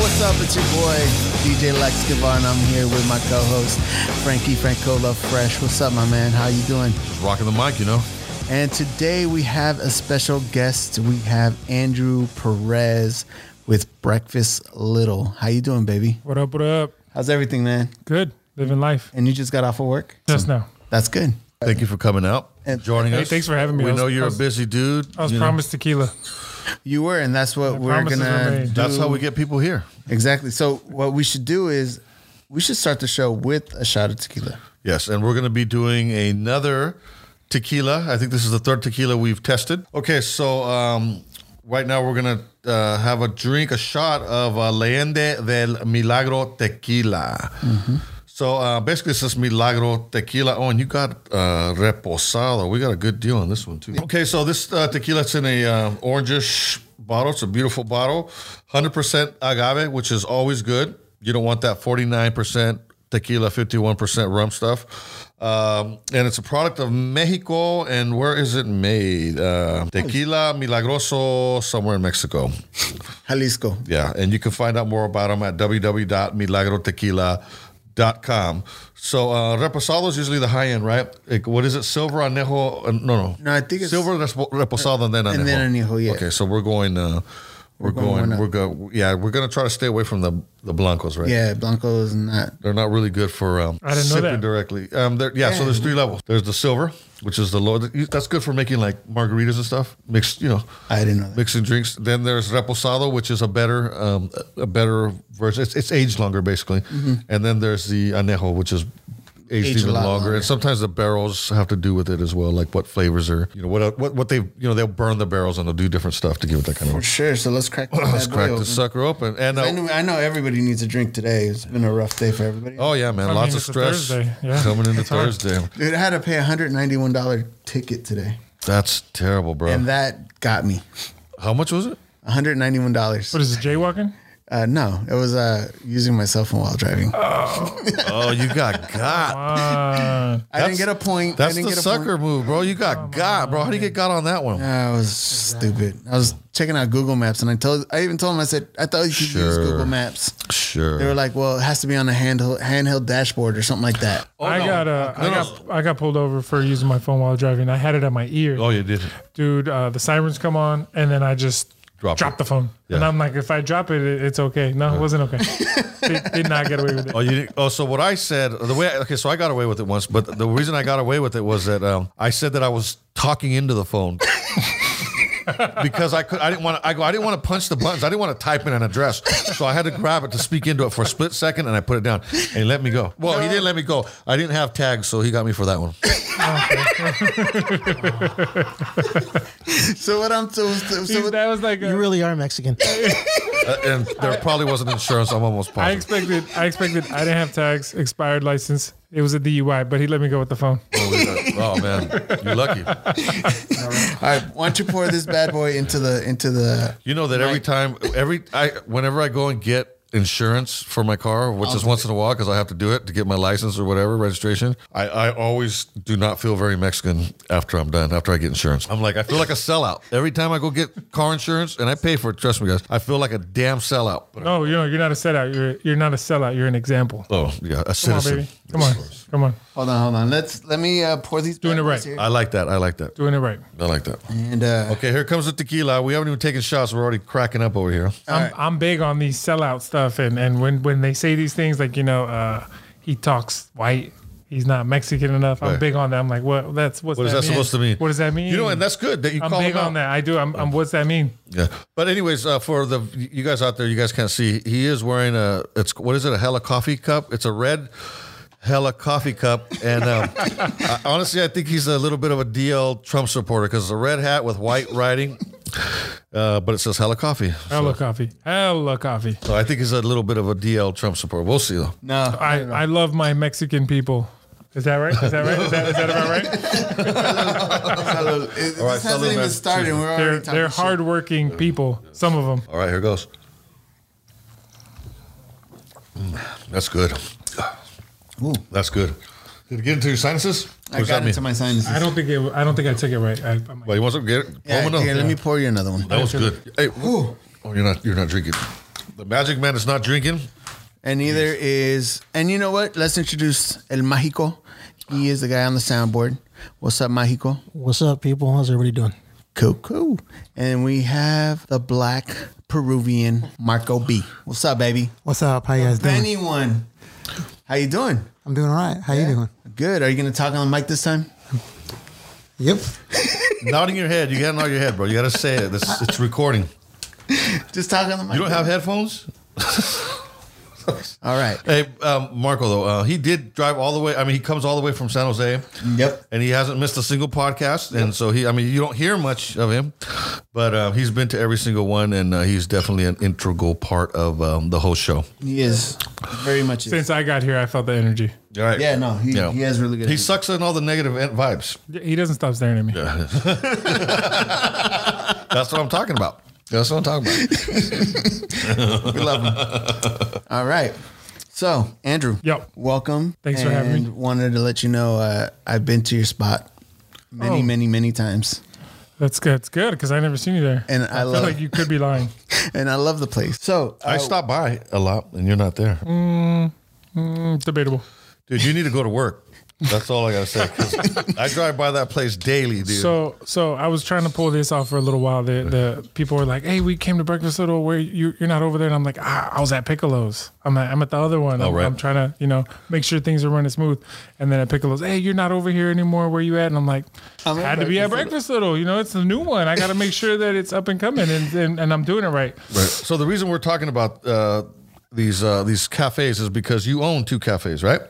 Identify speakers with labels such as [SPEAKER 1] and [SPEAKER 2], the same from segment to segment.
[SPEAKER 1] what's up? It's your boy DJ Lex Gavon. I'm here with my co-host Frankie Francola Fresh. What's up, my man? How you doing?
[SPEAKER 2] Just rocking the mic, you know.
[SPEAKER 1] And today we have a special guest. We have Andrew Perez with Breakfast Little. How you doing, baby?
[SPEAKER 3] What up? What up?
[SPEAKER 1] How's everything, man?
[SPEAKER 3] Good. Living life.
[SPEAKER 1] And you just got off of work?
[SPEAKER 3] Just now.
[SPEAKER 1] That's good.
[SPEAKER 2] Thank you for coming out,
[SPEAKER 1] And-
[SPEAKER 2] and joining
[SPEAKER 3] Hey,
[SPEAKER 2] us.
[SPEAKER 3] thanks for having me.
[SPEAKER 2] We
[SPEAKER 3] I was-
[SPEAKER 2] know you're
[SPEAKER 3] I
[SPEAKER 2] a
[SPEAKER 3] was-
[SPEAKER 2] busy dude.
[SPEAKER 3] I was
[SPEAKER 2] you know.
[SPEAKER 3] promised tequila.
[SPEAKER 1] You were, and that's what we're
[SPEAKER 3] promises were
[SPEAKER 1] gonna.
[SPEAKER 3] made.
[SPEAKER 1] do.
[SPEAKER 2] That's how we get people here.
[SPEAKER 1] Exactly. So what we should do is we should start the show with a shot of tequila.
[SPEAKER 2] Yes, and we're going to be doing another tequila. I think this is the third tequila we've tested. Okay, so um, right now we're going to uh, have a drink, a shot of uh, Leyende del Milagro Tequila.
[SPEAKER 3] Mm-hmm.
[SPEAKER 2] So uh, basically, this is Milagro Tequila. Oh, and you got uh, Reposado. We got a good deal on this one, too. Okay, so this uh, tequila's in a uh, orangish bottle. It's a beautiful bottle. 100% agave, which is always good. You don't want that 49% tequila, 51% rum stuff. Um, and it's a product of Mexico. And where is it made? Uh, tequila Milagroso, somewhere in Mexico.
[SPEAKER 1] Jalisco.
[SPEAKER 2] Yeah, and you can find out more about them at www.milagrotequila.com. So uh, reposado is usually the high end, right? Like, what is it? Silver anejo? Uh, no, no,
[SPEAKER 1] No, I think it's-
[SPEAKER 2] silver Respo- reposado and then anejo.
[SPEAKER 1] and then anejo, yeah.
[SPEAKER 2] Okay, so we're going. Uh, we're,
[SPEAKER 1] going
[SPEAKER 2] going.
[SPEAKER 1] one
[SPEAKER 2] we're go. Yeah, we're gonna try to stay away from the the blancos, right?
[SPEAKER 1] Yeah, Blanco is not.
[SPEAKER 2] They're not really good for um,
[SPEAKER 3] I didn't know
[SPEAKER 2] sipping
[SPEAKER 3] that.
[SPEAKER 2] directly. Um, there- yeah, so there's three levels. There's the silver, which is the low. That's good for making like margaritas and stuff. Mixed, you know,
[SPEAKER 1] I didn't know that.
[SPEAKER 2] mixing drinks. Then there's reposado, which is a better, um, a better version. It's, it's aged longer, basically. And then there's the anejo, which is aged,
[SPEAKER 1] Mm-hmm. Aged a
[SPEAKER 2] even
[SPEAKER 1] lot
[SPEAKER 2] longer.
[SPEAKER 1] longer.
[SPEAKER 2] And sometimes the barrels have to do with it as well, like what flavors are, you know, what what what they, you know, they'll burn the barrels and they'll do different stuff to give it that kind
[SPEAKER 1] For
[SPEAKER 2] of.
[SPEAKER 1] sure. So let's crack.
[SPEAKER 2] Let's
[SPEAKER 1] that boy
[SPEAKER 2] crack the
[SPEAKER 1] open.
[SPEAKER 2] sucker open. And
[SPEAKER 1] I
[SPEAKER 2] uh,
[SPEAKER 1] know, I know everybody needs a drink today. It's been a rough day for everybody.
[SPEAKER 2] oh yeah, man,
[SPEAKER 3] I
[SPEAKER 2] lots
[SPEAKER 3] mean,
[SPEAKER 2] of
[SPEAKER 3] it's a
[SPEAKER 2] stress
[SPEAKER 3] Thursday. Yeah.
[SPEAKER 2] coming into
[SPEAKER 3] It's hard.
[SPEAKER 2] Thursday.
[SPEAKER 1] Dude, I had to pay a hundred ninety-one dollar ticket today,
[SPEAKER 2] That's terrible, bro.
[SPEAKER 1] and that got me
[SPEAKER 2] How much was it?
[SPEAKER 1] one hundred ninety-one dollars.
[SPEAKER 3] What is it? Jaywalking?
[SPEAKER 1] Uh, no, it was uh, using my cell phone while driving.
[SPEAKER 2] Uh, Oh, you got got.
[SPEAKER 3] Uh,
[SPEAKER 1] I didn't get a point. I
[SPEAKER 2] That's
[SPEAKER 1] didn't
[SPEAKER 2] the
[SPEAKER 1] get a
[SPEAKER 2] sucker
[SPEAKER 1] Point. Uh,
[SPEAKER 2] move, bro. You got got, bro. How do you get got on that one?
[SPEAKER 1] I was stupid. I was checking out Google Maps, and I told, I even told him, I said, I thought you could use
[SPEAKER 2] Sure.
[SPEAKER 1] Google Maps.
[SPEAKER 2] Sure.
[SPEAKER 1] They were like, well, it has to be on a handheld handheld dashboard or something like that.
[SPEAKER 3] I
[SPEAKER 2] no.
[SPEAKER 3] got uh,
[SPEAKER 2] No,
[SPEAKER 3] I
[SPEAKER 2] no.
[SPEAKER 3] got I got pulled over for using my phone while driving. I had it at my ear,
[SPEAKER 2] oh, you did.
[SPEAKER 3] dude. Uh, the sirens come on, and then I just
[SPEAKER 2] Drop
[SPEAKER 3] dropped
[SPEAKER 2] it.
[SPEAKER 3] the phone.
[SPEAKER 2] Yeah.
[SPEAKER 3] And I'm like, if I drop it, it it's okay. No, it wasn't okay. did, did not get away with it.
[SPEAKER 2] Oh, you didn't. Oh, so what I said, the way, okay, so I got away with it once, but the reason I got away with it was that um, I said that I was talking into the phone. because I could, I didn't want to. I go. I didn't want to punch the buttons. I didn't want to type in an address. So I had to grab it to speak into it for a split second, and I put it down. And he let me go. Well, he didn't let me go. I didn't have tags, so he got me for that one.
[SPEAKER 1] So what I'm so, so, so
[SPEAKER 3] Dude,
[SPEAKER 1] what-
[SPEAKER 3] that was like
[SPEAKER 4] You
[SPEAKER 3] a,
[SPEAKER 4] really are Mexican.
[SPEAKER 2] Uh, and there probably wasn't insurance. I'm almost
[SPEAKER 3] I
[SPEAKER 2] positive.
[SPEAKER 3] expected. I expected. I didn't have tags, expired license. It was a DUI, but he let me go with the phone.
[SPEAKER 2] Oh man, you're lucky.
[SPEAKER 1] All right, why don't you pour this bad boy into the into the?
[SPEAKER 2] You know that every time, every I, whenever I go and get insurance for my car, which
[SPEAKER 3] Oh.
[SPEAKER 2] is once in a while because I have to do it to get my license or whatever registration, I, I always do not feel very Mexican after I'm done. After I get insurance, I'm like I feel like a sellout every time I go get car insurance and I pay for it. Trust me, guys, I feel like a damn sellout. But-
[SPEAKER 3] No, you know, you're not a sellout. You're you're not a sellout. You're an example.
[SPEAKER 2] Oh yeah, a
[SPEAKER 3] Come on,
[SPEAKER 2] citizen.
[SPEAKER 3] baby. Come on. Come on.
[SPEAKER 1] Hold on, hold on. Let's let me uh, pour these.
[SPEAKER 3] Doing
[SPEAKER 1] bad
[SPEAKER 3] it
[SPEAKER 1] boys
[SPEAKER 3] right.
[SPEAKER 1] here.
[SPEAKER 2] I like that. I like that.
[SPEAKER 3] Doing it right.
[SPEAKER 2] I like that.
[SPEAKER 1] And uh,
[SPEAKER 2] Okay, here comes the tequila. We haven't even taken shots. We're already cracking up over here.
[SPEAKER 3] I'm, I'm big on these sellout stuff, and, and when, when they say these things like you know, uh, he talks white, he's not Mexican enough. I'm
[SPEAKER 2] Right.
[SPEAKER 3] big on that. I'm like, what? That's what's
[SPEAKER 2] What is that,
[SPEAKER 3] mean?
[SPEAKER 2] supposed to mean?
[SPEAKER 3] What does that mean?
[SPEAKER 2] You know, and that's good that you
[SPEAKER 3] I'm
[SPEAKER 2] call
[SPEAKER 3] big
[SPEAKER 2] him out.
[SPEAKER 3] on that. I do. I'm, I'm. What's that mean?
[SPEAKER 2] Yeah, but anyways, uh, for the you guys out there, you guys can't see. He is wearing a it's what is it a hella coffee cup? It's a red hella coffee cup, and um, I, honestly, I think he's a little bit of a DL Trump supporter because it's a red hat with white writing, uh, but it says hella coffee.
[SPEAKER 3] Hella coffee. Hella coffee.
[SPEAKER 2] So I think he's a little bit of a DL Trump supporter. We'll see though.
[SPEAKER 1] no,
[SPEAKER 3] I, I love my Mexican people. Is that right? Is that right? Is that, is that about right?
[SPEAKER 1] Salud. It- this
[SPEAKER 2] right,
[SPEAKER 1] hasn't
[SPEAKER 2] salud,
[SPEAKER 1] even
[SPEAKER 2] man.
[SPEAKER 1] started. and We're already
[SPEAKER 3] They're
[SPEAKER 1] talking
[SPEAKER 3] they're
[SPEAKER 1] shit.
[SPEAKER 3] hardworking people. Some of them.
[SPEAKER 2] All right, here goes. Mm, That's good.
[SPEAKER 1] Ooh.
[SPEAKER 2] That's good. Did it get into your sinuses? What
[SPEAKER 1] I
[SPEAKER 2] does that
[SPEAKER 1] got
[SPEAKER 2] mean?
[SPEAKER 1] into my sinuses.
[SPEAKER 3] I don't think it, I don't think I took it right. I, I'm like,
[SPEAKER 2] Well, you want some? Get it. Pull
[SPEAKER 1] Yeah,
[SPEAKER 2] them up.
[SPEAKER 1] here, Let me pour you another one.
[SPEAKER 2] That was good. Hey, wh- oh, you're not you're not drinking. The Magic Man is not drinking.
[SPEAKER 1] And neither is, and you know what? Let's introduce El Mágico. He is the guy on the soundboard. What's up, Mágico?
[SPEAKER 4] What's up, people? How's everybody doing?
[SPEAKER 1] Cool, cool. And we have the black Peruvian Marco B. What's up, baby?
[SPEAKER 4] What's up? How you guys doing?
[SPEAKER 1] Anyone? How you doing?
[SPEAKER 4] I'm doing all right. How you doing?
[SPEAKER 1] Good. Are you gonna talk on the mic this time?
[SPEAKER 4] Yep.
[SPEAKER 2] Nodding your head. You got to nod your head, bro. You got to say it. This, it's recording.
[SPEAKER 1] Just talk on the mic.
[SPEAKER 2] You don't have headphones?
[SPEAKER 1] All right.
[SPEAKER 2] Hey, um, Marco, though, uh, he did drive all the way. I mean, he comes all the way from San Jose.
[SPEAKER 1] Yep.
[SPEAKER 2] And he hasn't missed a single podcast. And so he, I mean, you don't hear much of him, but uh, he's been to every single one. And uh, he's definitely an integral part of um, the whole show.
[SPEAKER 1] He is very much. Is.
[SPEAKER 3] Since I got here, I felt the energy.
[SPEAKER 2] All right.
[SPEAKER 1] Yeah. No. He,
[SPEAKER 2] Yeah.
[SPEAKER 1] he has really good.
[SPEAKER 2] He sucks in all the negative en- vibes.
[SPEAKER 3] He doesn't stop staring at me.
[SPEAKER 2] That's what I'm talking about. That's what I'm talking about.
[SPEAKER 1] We love him. All right. So, Andrew.
[SPEAKER 3] Yep.
[SPEAKER 1] Welcome.
[SPEAKER 3] Thanks for having me.
[SPEAKER 1] And Wanted to let you know uh, I've been to your spot many,
[SPEAKER 3] Oh.
[SPEAKER 1] many, many times,
[SPEAKER 3] That's good. That's good because I never seen you there.
[SPEAKER 1] And I
[SPEAKER 3] feel
[SPEAKER 1] love-
[SPEAKER 3] like you could be lying.
[SPEAKER 1] and I love the place. So, uh,
[SPEAKER 2] I stop by a lot, and you're not there.
[SPEAKER 3] Mm, debatable.
[SPEAKER 2] Dude, you need to go to work. That's all I gotta say. 'cause I drive by that place daily, dude.
[SPEAKER 3] So, so I was trying to pull this off for a little while. The, the people were like, "Hey, we came to breakfast little. Where you you're not over there?" And I'm like, "Ah, I was at Piccolo's. I'm at, I'm at the other one.
[SPEAKER 2] Oh,
[SPEAKER 3] I'm,
[SPEAKER 2] right.
[SPEAKER 3] I'm trying to you know make sure things are running smooth." And then at Piccolo's, "Hey, you're not over here anymore. Where you at?" And I'm like,
[SPEAKER 1] I'm at
[SPEAKER 3] "Had to be at
[SPEAKER 1] Breakfast
[SPEAKER 3] breakfast little. You know, it's the new one. I got to make sure that it's up and coming, and and, and I'm doing it right."
[SPEAKER 2] Right. So the reason we're talking about uh, these uh, these cafes is because you own two cafes, right?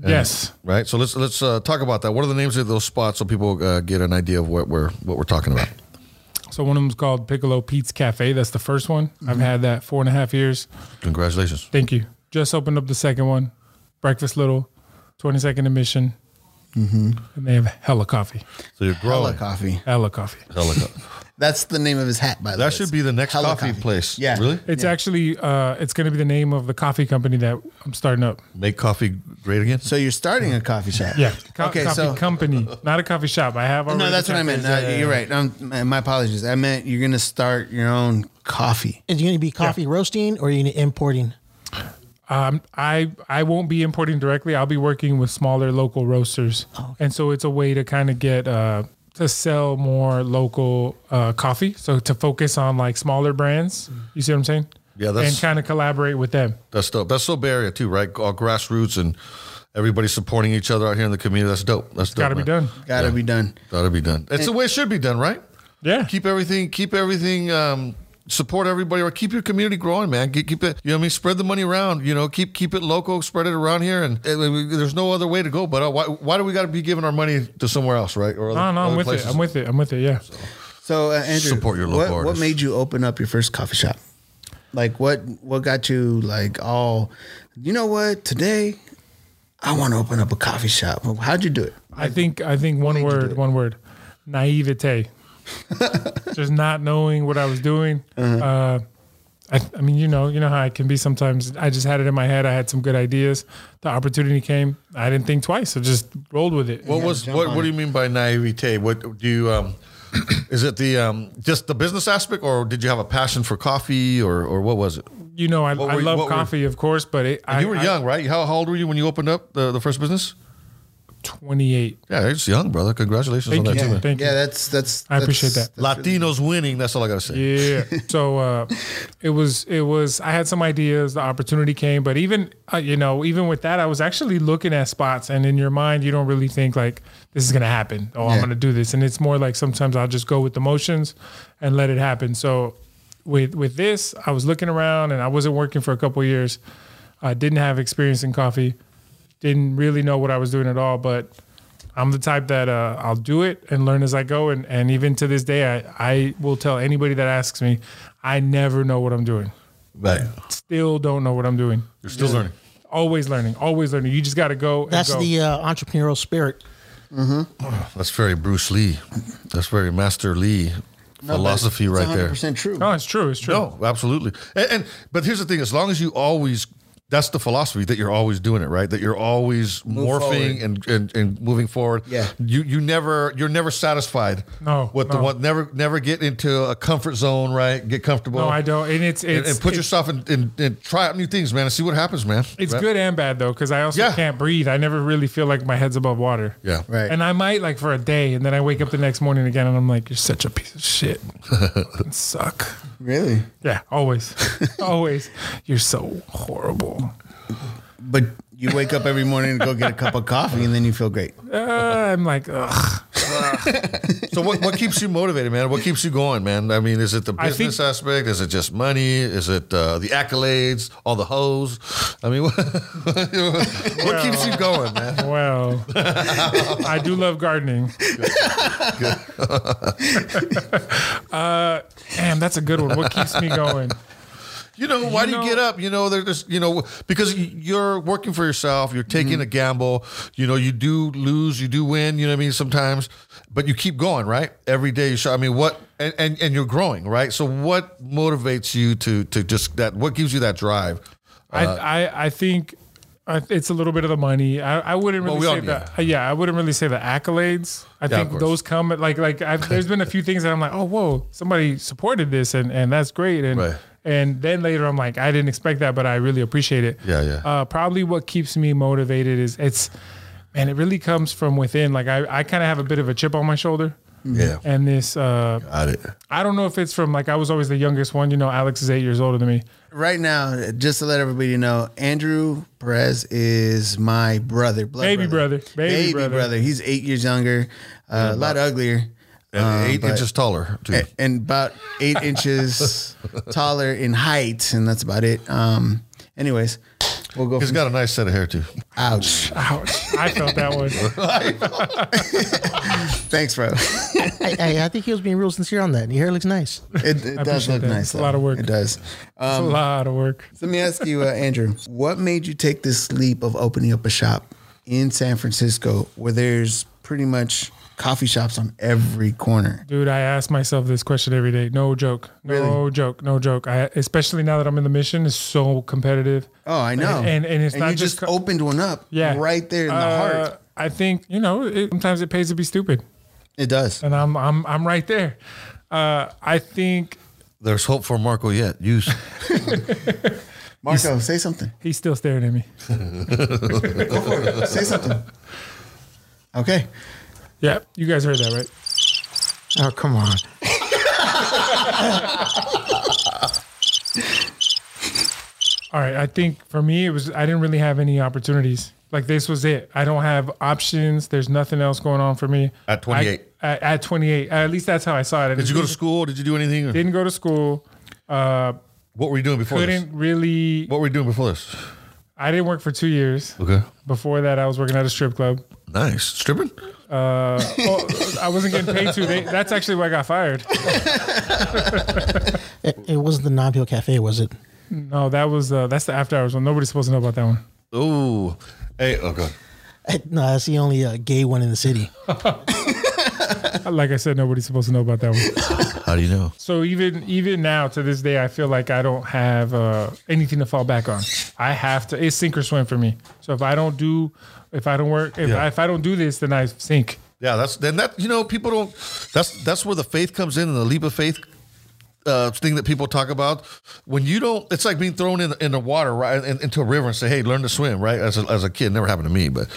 [SPEAKER 3] Yes.
[SPEAKER 2] Right. So let's let's uh, talk about that. What are the names of those spots so people uh, get an idea of what we're what we're talking about?
[SPEAKER 3] So one of them's called Piccolo Pete's Cafe. That's the first one.
[SPEAKER 2] Mm-hmm.
[SPEAKER 3] I've had that four and a half years.
[SPEAKER 2] Congratulations.
[SPEAKER 3] Thank you. Just opened up the second one, Breakfast Little, 22nd admission.
[SPEAKER 1] Mm-hmm.
[SPEAKER 3] And they have hella coffee.
[SPEAKER 2] So you're
[SPEAKER 1] Hella
[SPEAKER 2] growing.
[SPEAKER 1] coffee.
[SPEAKER 3] Hella coffee.
[SPEAKER 2] Hella coffee.
[SPEAKER 1] That's the name of his hat, by the way.
[SPEAKER 2] That should be the next
[SPEAKER 1] Hella
[SPEAKER 2] coffee, place.
[SPEAKER 1] Yeah.
[SPEAKER 2] Really?
[SPEAKER 3] It's actually, uh, it's going to be the name of the coffee company that I'm starting up.
[SPEAKER 2] Make coffee great again.
[SPEAKER 1] So you're starting a coffee shop.
[SPEAKER 3] Yeah. Co-
[SPEAKER 1] okay.
[SPEAKER 3] coffee
[SPEAKER 1] So
[SPEAKER 3] company, not a coffee shop. I have already. uh,
[SPEAKER 1] no, that's what I meant.
[SPEAKER 3] cafes. Yeah,
[SPEAKER 1] No,
[SPEAKER 3] yeah,
[SPEAKER 1] you're
[SPEAKER 3] yeah.
[SPEAKER 1] right. Um, my my apologies. I meant you're gonna start your own coffee.
[SPEAKER 4] Is you going to be coffee roasting or are you going to importing?
[SPEAKER 3] Um, I I won't be importing directly. I'll be working with smaller local roasters,
[SPEAKER 1] Oh,
[SPEAKER 3] and so it's a way to kind of get uh, to sell more local uh, coffee. So to focus on like smaller brands,
[SPEAKER 1] Mm-hmm.
[SPEAKER 3] you see what I'm saying?
[SPEAKER 2] Yeah, that's-
[SPEAKER 3] and kind of collaborate with them.
[SPEAKER 2] That's dope. That's so Bay Area too, right? All grassroots and everybody supporting each other out here in the community. That's dope. That's dope.
[SPEAKER 3] Got to be
[SPEAKER 2] man.
[SPEAKER 3] done.
[SPEAKER 1] Gotta be done.
[SPEAKER 2] Gotta be done. It's the way it should be done, right?
[SPEAKER 3] Yeah,
[SPEAKER 2] Keep everything. Keep everything. Um, support everybody. Or keep your community growing, man. Keep, keep it. You know what I mean? Spread the money around. You know, keep keep it local. Spread it around here, and, and we- there's no other way to go. But uh, why, why do we got to be giving our money to somewhere else, right? Or other,
[SPEAKER 3] no, no, I'm
[SPEAKER 2] other
[SPEAKER 3] with
[SPEAKER 2] places?
[SPEAKER 3] it. I'm with it. I'm with it. Yeah.
[SPEAKER 1] So, uh, Andrew,
[SPEAKER 2] Support your local
[SPEAKER 1] what, what
[SPEAKER 2] artists.
[SPEAKER 1] made you open up your first coffee shop? Like, what what got you like all? You know what? Today, I want to open up a coffee shop. Well, How'd you do it?
[SPEAKER 3] I think I think one
[SPEAKER 1] you do
[SPEAKER 3] word,
[SPEAKER 1] it?
[SPEAKER 3] one word, naivete. Just not knowing what I was doing.
[SPEAKER 2] Uh-huh.
[SPEAKER 3] Uh, I, I mean, you know, you know how I can be sometimes. I just had it in my head. I had some good ideas. The opportunity came. I didn't think twice. I just rolled with it.
[SPEAKER 2] What was
[SPEAKER 1] jump
[SPEAKER 2] what?
[SPEAKER 1] on it.
[SPEAKER 2] What do you mean by naivete? What do you? Um, is it the um, just the business aspect, or did you have a passion for coffee, or or what was it?
[SPEAKER 3] you know, I,
[SPEAKER 2] what
[SPEAKER 3] I
[SPEAKER 2] were you-
[SPEAKER 3] love
[SPEAKER 2] what were-
[SPEAKER 3] coffee, of course, but it, I,
[SPEAKER 2] you were
[SPEAKER 3] I-
[SPEAKER 2] young, right? How, how old were you when you opened up the, the first business?
[SPEAKER 3] 28.
[SPEAKER 2] Yeah, it's young, brother. Congratulations
[SPEAKER 3] Thank
[SPEAKER 2] on that,
[SPEAKER 3] you.
[SPEAKER 2] too, man.
[SPEAKER 3] Thank
[SPEAKER 1] yeah,
[SPEAKER 3] you.
[SPEAKER 1] that's that's.
[SPEAKER 3] I appreciate
[SPEAKER 1] that's-
[SPEAKER 3] that.
[SPEAKER 2] Latinos winning. That's all I gotta say.
[SPEAKER 3] Yeah. so uh, it was it was I had some ideas. The opportunity came, but even uh, you know even with that, I was actually looking at spots, and in your mind, you don't really think like this is gonna happen. Oh, I'm
[SPEAKER 1] Yeah.
[SPEAKER 3] gonna do this, and it's more like sometimes I'll just go with the motions and let it happen. So with with this, I was looking around, and I wasn't working for a couple years. I didn't have experience in coffee. Didn't really know what I was doing at all, but I'm the type that uh, I'll do it and learn as I go. And, and even to this day, I, I will tell anybody that asks me, I never know what I'm doing.
[SPEAKER 2] Right.
[SPEAKER 3] Still don't know what I'm doing.
[SPEAKER 2] You're still learning.
[SPEAKER 3] Always learning, always learning. You just got to go. and
[SPEAKER 4] That's
[SPEAKER 3] go.
[SPEAKER 4] the uh, entrepreneurial spirit.
[SPEAKER 2] That's very Bruce Lee. That's very Master Lee philosophy
[SPEAKER 1] It's
[SPEAKER 2] right there.
[SPEAKER 3] Oh.
[SPEAKER 1] 100% true.
[SPEAKER 3] No, it's true. It's true.
[SPEAKER 2] No, absolutely. And, and but here's the thing: as long as you always that's the philosophy that you're always doing it right that you're always morphing
[SPEAKER 1] forward.
[SPEAKER 2] and, and and moving forward
[SPEAKER 1] Yeah.
[SPEAKER 2] you you never you're never satisfied
[SPEAKER 3] No,
[SPEAKER 2] with the
[SPEAKER 3] no.
[SPEAKER 2] one never never get into a comfort zone right get comfortable
[SPEAKER 3] No, I don't. And it's
[SPEAKER 2] and,
[SPEAKER 3] it's
[SPEAKER 2] and put
[SPEAKER 3] it's,
[SPEAKER 2] yourself in, in, and try out new things man and see what happens man
[SPEAKER 3] it's
[SPEAKER 2] Right?
[SPEAKER 3] good and bad though, because I also
[SPEAKER 2] Yeah.
[SPEAKER 3] can't breathe. I never really feel like my head's above water.
[SPEAKER 2] yeah
[SPEAKER 1] Right.
[SPEAKER 3] And I might like for a day, and then I wake up the next morning again, and I'm like, "You're such a piece of shit. Fucking suck."
[SPEAKER 1] really?
[SPEAKER 3] Yeah, always, always. You're so horrible.
[SPEAKER 1] But you wake up every morning to go get a cup of coffee, and then you feel great.
[SPEAKER 3] Uh, I'm like, ugh.
[SPEAKER 2] so what, what keeps you motivated man what keeps you going man i mean is it the
[SPEAKER 3] I think-
[SPEAKER 2] business aspect is it just money is it uh, the accolades all the hoes i mean what, what keeps you going man
[SPEAKER 3] Well, I do love gardening. uh, damn, that's a good one. What keeps me going?
[SPEAKER 2] You know, why do you
[SPEAKER 3] know-
[SPEAKER 2] get up? You know, they're just, you know, because y- you're working for yourself, you're taking
[SPEAKER 3] Mm-hmm.
[SPEAKER 2] a gamble. You know, you do lose, you do win, you know what I mean, sometimes, but you keep going, right? Every day you show, I mean, what, and, and, and you're growing, right? So what motivates you to, to just that, what gives you that drive?
[SPEAKER 3] I,
[SPEAKER 2] Uh,
[SPEAKER 3] I, I think I, it's a little bit of the money. I, I wouldn't
[SPEAKER 2] Well,
[SPEAKER 3] really
[SPEAKER 2] we all
[SPEAKER 3] say that. Yeah, I wouldn't really say the accolades. I
[SPEAKER 2] Yeah, of
[SPEAKER 3] think
[SPEAKER 2] course.
[SPEAKER 3] those come at- like like I've, there's been a few things that I'm like, oh whoa, somebody supported this and and that's great and.
[SPEAKER 2] Right.
[SPEAKER 3] And then later, I'm like, I didn't expect that, but I really appreciate it.
[SPEAKER 2] Yeah, yeah.
[SPEAKER 3] Uh, probably what keeps me motivated is it's, man, it really comes from within. Like I, I kind of have a bit of a chip on my shoulder,
[SPEAKER 2] Yeah.
[SPEAKER 3] Mm-hmm. and this, uh,
[SPEAKER 2] Got it.
[SPEAKER 3] I don't know if it's from like I was always the youngest one. You know, Alex is eight years older than me.
[SPEAKER 1] Right now, just to let everybody know, Andrew Perez is my brother, blood
[SPEAKER 3] Baby brother. Baby
[SPEAKER 1] baby,
[SPEAKER 3] brother.
[SPEAKER 1] brother. He's eight years younger, uh, a lot uglier,
[SPEAKER 2] And
[SPEAKER 1] um,
[SPEAKER 2] eight
[SPEAKER 1] but-
[SPEAKER 2] inches taller, too.
[SPEAKER 1] a- and about eight inches taller in height, and that's about it. Um, anyways, we'll go.
[SPEAKER 2] He's
[SPEAKER 1] From,
[SPEAKER 2] got a nice set of hair, too.
[SPEAKER 1] ouch!
[SPEAKER 3] Ouch! I felt that one.
[SPEAKER 1] Thanks, bro.
[SPEAKER 4] I, I, I think he was being real sincere on that. Your hair looks nice.
[SPEAKER 1] It, it does
[SPEAKER 3] appreciate
[SPEAKER 1] look
[SPEAKER 3] that.
[SPEAKER 1] nice.
[SPEAKER 3] It's a
[SPEAKER 1] though.
[SPEAKER 3] lot of work.
[SPEAKER 1] It does.
[SPEAKER 3] It's a
[SPEAKER 1] Um,
[SPEAKER 3] lot of work.
[SPEAKER 1] So let me ask you, uh, Andrew, what made you take this leap of opening up a shop in San Francisco where there's pretty much coffee shops on every corner?
[SPEAKER 3] Dude, I ask myself this question every day. No joke. No
[SPEAKER 1] Really?
[SPEAKER 3] joke. No joke. I especially now that I'm in the mission is so competitive.
[SPEAKER 1] Oh, I know.
[SPEAKER 3] And- and- and it's not
[SPEAKER 1] you just,
[SPEAKER 3] just co-
[SPEAKER 1] opened one up
[SPEAKER 3] Yeah.
[SPEAKER 1] right there in the
[SPEAKER 3] Uh,
[SPEAKER 1] heart.
[SPEAKER 3] I think, you know, it, sometimes it pays to be stupid.
[SPEAKER 1] It does.
[SPEAKER 3] And I'm I'm I'm right there. Uh, I think
[SPEAKER 2] There's hope for Marco yet. You,
[SPEAKER 1] Marco, say something.
[SPEAKER 3] he's still staring at me.
[SPEAKER 1] Go for it. Say something. Okay.
[SPEAKER 3] Yeah, you guys heard that, right?
[SPEAKER 4] Oh, come on.
[SPEAKER 3] All right. I think for me, it was I didn't really have any opportunities. Like this was it. I don't have options. There's nothing else going on for me.
[SPEAKER 2] At 28.
[SPEAKER 3] I, at, at 28. At least that's how I saw it. I
[SPEAKER 2] did you go to school? Did you do anything? Or
[SPEAKER 3] Didn't go to school. Uh,
[SPEAKER 2] what were you doing before this?
[SPEAKER 3] couldn't really.
[SPEAKER 2] What were you doing before this?
[SPEAKER 3] I didn't work for two years.
[SPEAKER 2] Okay.
[SPEAKER 3] Before that, I was working at a strip club.
[SPEAKER 2] Nice. Stripping?
[SPEAKER 3] Uh, oh, I wasn't getting paid to. They, that's actually why I got fired.
[SPEAKER 4] It, it wasn't the Non Peel Cafe, was it?
[SPEAKER 3] No, that was uh, that's the after hours one. Nobody's supposed to know about that one.
[SPEAKER 2] Oh, hey, oh god,
[SPEAKER 4] No, that's the only uh, gay one in the city.
[SPEAKER 3] Like I said, nobody's supposed to know about that one.
[SPEAKER 2] how do you know?
[SPEAKER 3] So even even now to this day, I feel like I don't have uh, anything to fall back on. I have to. It's sink or swim for me. So if I don't do, if I don't work, if,
[SPEAKER 2] Yeah.
[SPEAKER 3] I, if I don't do this, then I sink.
[SPEAKER 2] Yeah, that's then that you know people don't. That's that's where the faith comes in and the leap of faith uh, thing that people talk about. When you don't, it's like being thrown in in the water right in, into a river and say, "Hey, learn to swim." Right? As a, as a kid, never happened to me, but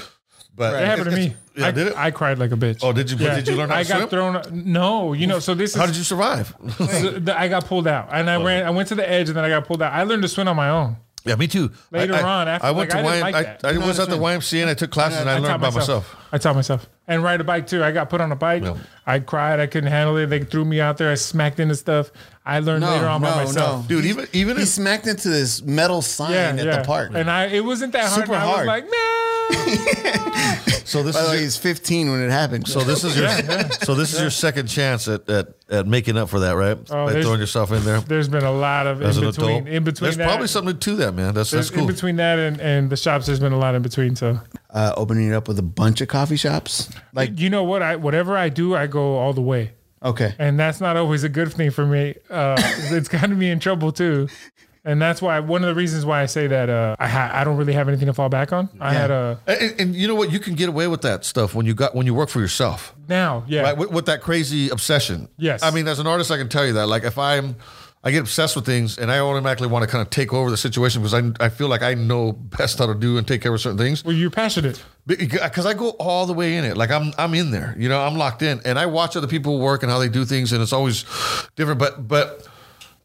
[SPEAKER 2] but
[SPEAKER 3] It happened to
[SPEAKER 2] it's-
[SPEAKER 3] me.
[SPEAKER 2] Yeah,
[SPEAKER 3] I,
[SPEAKER 2] did it?
[SPEAKER 3] I cried like a bitch.
[SPEAKER 2] Oh, did you- but did you learn how
[SPEAKER 3] I
[SPEAKER 2] to
[SPEAKER 3] got thrown. No, you know. So this is.
[SPEAKER 2] how did you survive?
[SPEAKER 3] so the- I got pulled out, and I ran. I went to the edge, and then I got pulled out. I learned to swim on my own.
[SPEAKER 2] yeah, me too.
[SPEAKER 3] Later
[SPEAKER 2] I,
[SPEAKER 3] on, after-
[SPEAKER 2] I went
[SPEAKER 3] like, I
[SPEAKER 2] to
[SPEAKER 3] didn't
[SPEAKER 2] YM,
[SPEAKER 3] like
[SPEAKER 2] I,
[SPEAKER 3] that.
[SPEAKER 2] I
[SPEAKER 3] You
[SPEAKER 2] was at the YMCA and I took classes and I, learned by myself.
[SPEAKER 3] I taught myself and ride a bike too. I got put on a bike.
[SPEAKER 2] No.
[SPEAKER 3] I cried. I couldn't handle it. They threw me out there. I smacked into stuff. I learned
[SPEAKER 1] No,
[SPEAKER 3] later on
[SPEAKER 1] no,
[SPEAKER 3] by myself.
[SPEAKER 2] Dude, even even
[SPEAKER 1] He
[SPEAKER 2] if,
[SPEAKER 1] smacked into this metal sign
[SPEAKER 3] Yeah,
[SPEAKER 1] at
[SPEAKER 3] yeah.
[SPEAKER 1] the park.
[SPEAKER 3] And I, it wasn't that hard.
[SPEAKER 1] Super
[SPEAKER 3] and I was
[SPEAKER 1] hard.
[SPEAKER 3] like, no.
[SPEAKER 2] so this
[SPEAKER 1] By the way,
[SPEAKER 2] is
[SPEAKER 1] Oh, he's 15 when it happened.
[SPEAKER 2] So this is your
[SPEAKER 3] yeah.
[SPEAKER 2] so this is your second chance at, at, at making up for that, right? By
[SPEAKER 3] Oh, there's-
[SPEAKER 2] throwing yourself in there
[SPEAKER 3] There's been a lot of
[SPEAKER 2] as
[SPEAKER 3] in
[SPEAKER 2] an
[SPEAKER 3] between.
[SPEAKER 2] adult.
[SPEAKER 3] In between
[SPEAKER 2] there's
[SPEAKER 3] that,
[SPEAKER 2] probably something to that, man. That's that's
[SPEAKER 3] there's-
[SPEAKER 2] cool.
[SPEAKER 3] in between that and, and the shops, there's been a lot in between. So
[SPEAKER 1] uh, opening it up with a bunch of coffee shops. Like,
[SPEAKER 3] you know what? I whatever I do, I go all the way.
[SPEAKER 1] okay.
[SPEAKER 3] and that's not always a good thing for me. Uh, it's gotten me in trouble too. And that's why one of the reasons why I say that uh, I ha- I don't really have anything to fall back on. I had a
[SPEAKER 2] And, and you know what? You can get away with that stuff when you got when you work for yourself,
[SPEAKER 3] now, yeah,
[SPEAKER 2] right? With, with that crazy obsession.
[SPEAKER 3] Yes.
[SPEAKER 2] I mean, as an artist, I can tell you that. Like, if I'm, I get obsessed with things, and I automatically want to kind of take over the situation because I, I feel like I know best how to do and take care of certain things
[SPEAKER 3] well, you're passionate.
[SPEAKER 2] because I go all the way in it. Like I'm, I'm in there. You know, I'm locked in, and I watch other people work and how they do things, and it's always different. But, but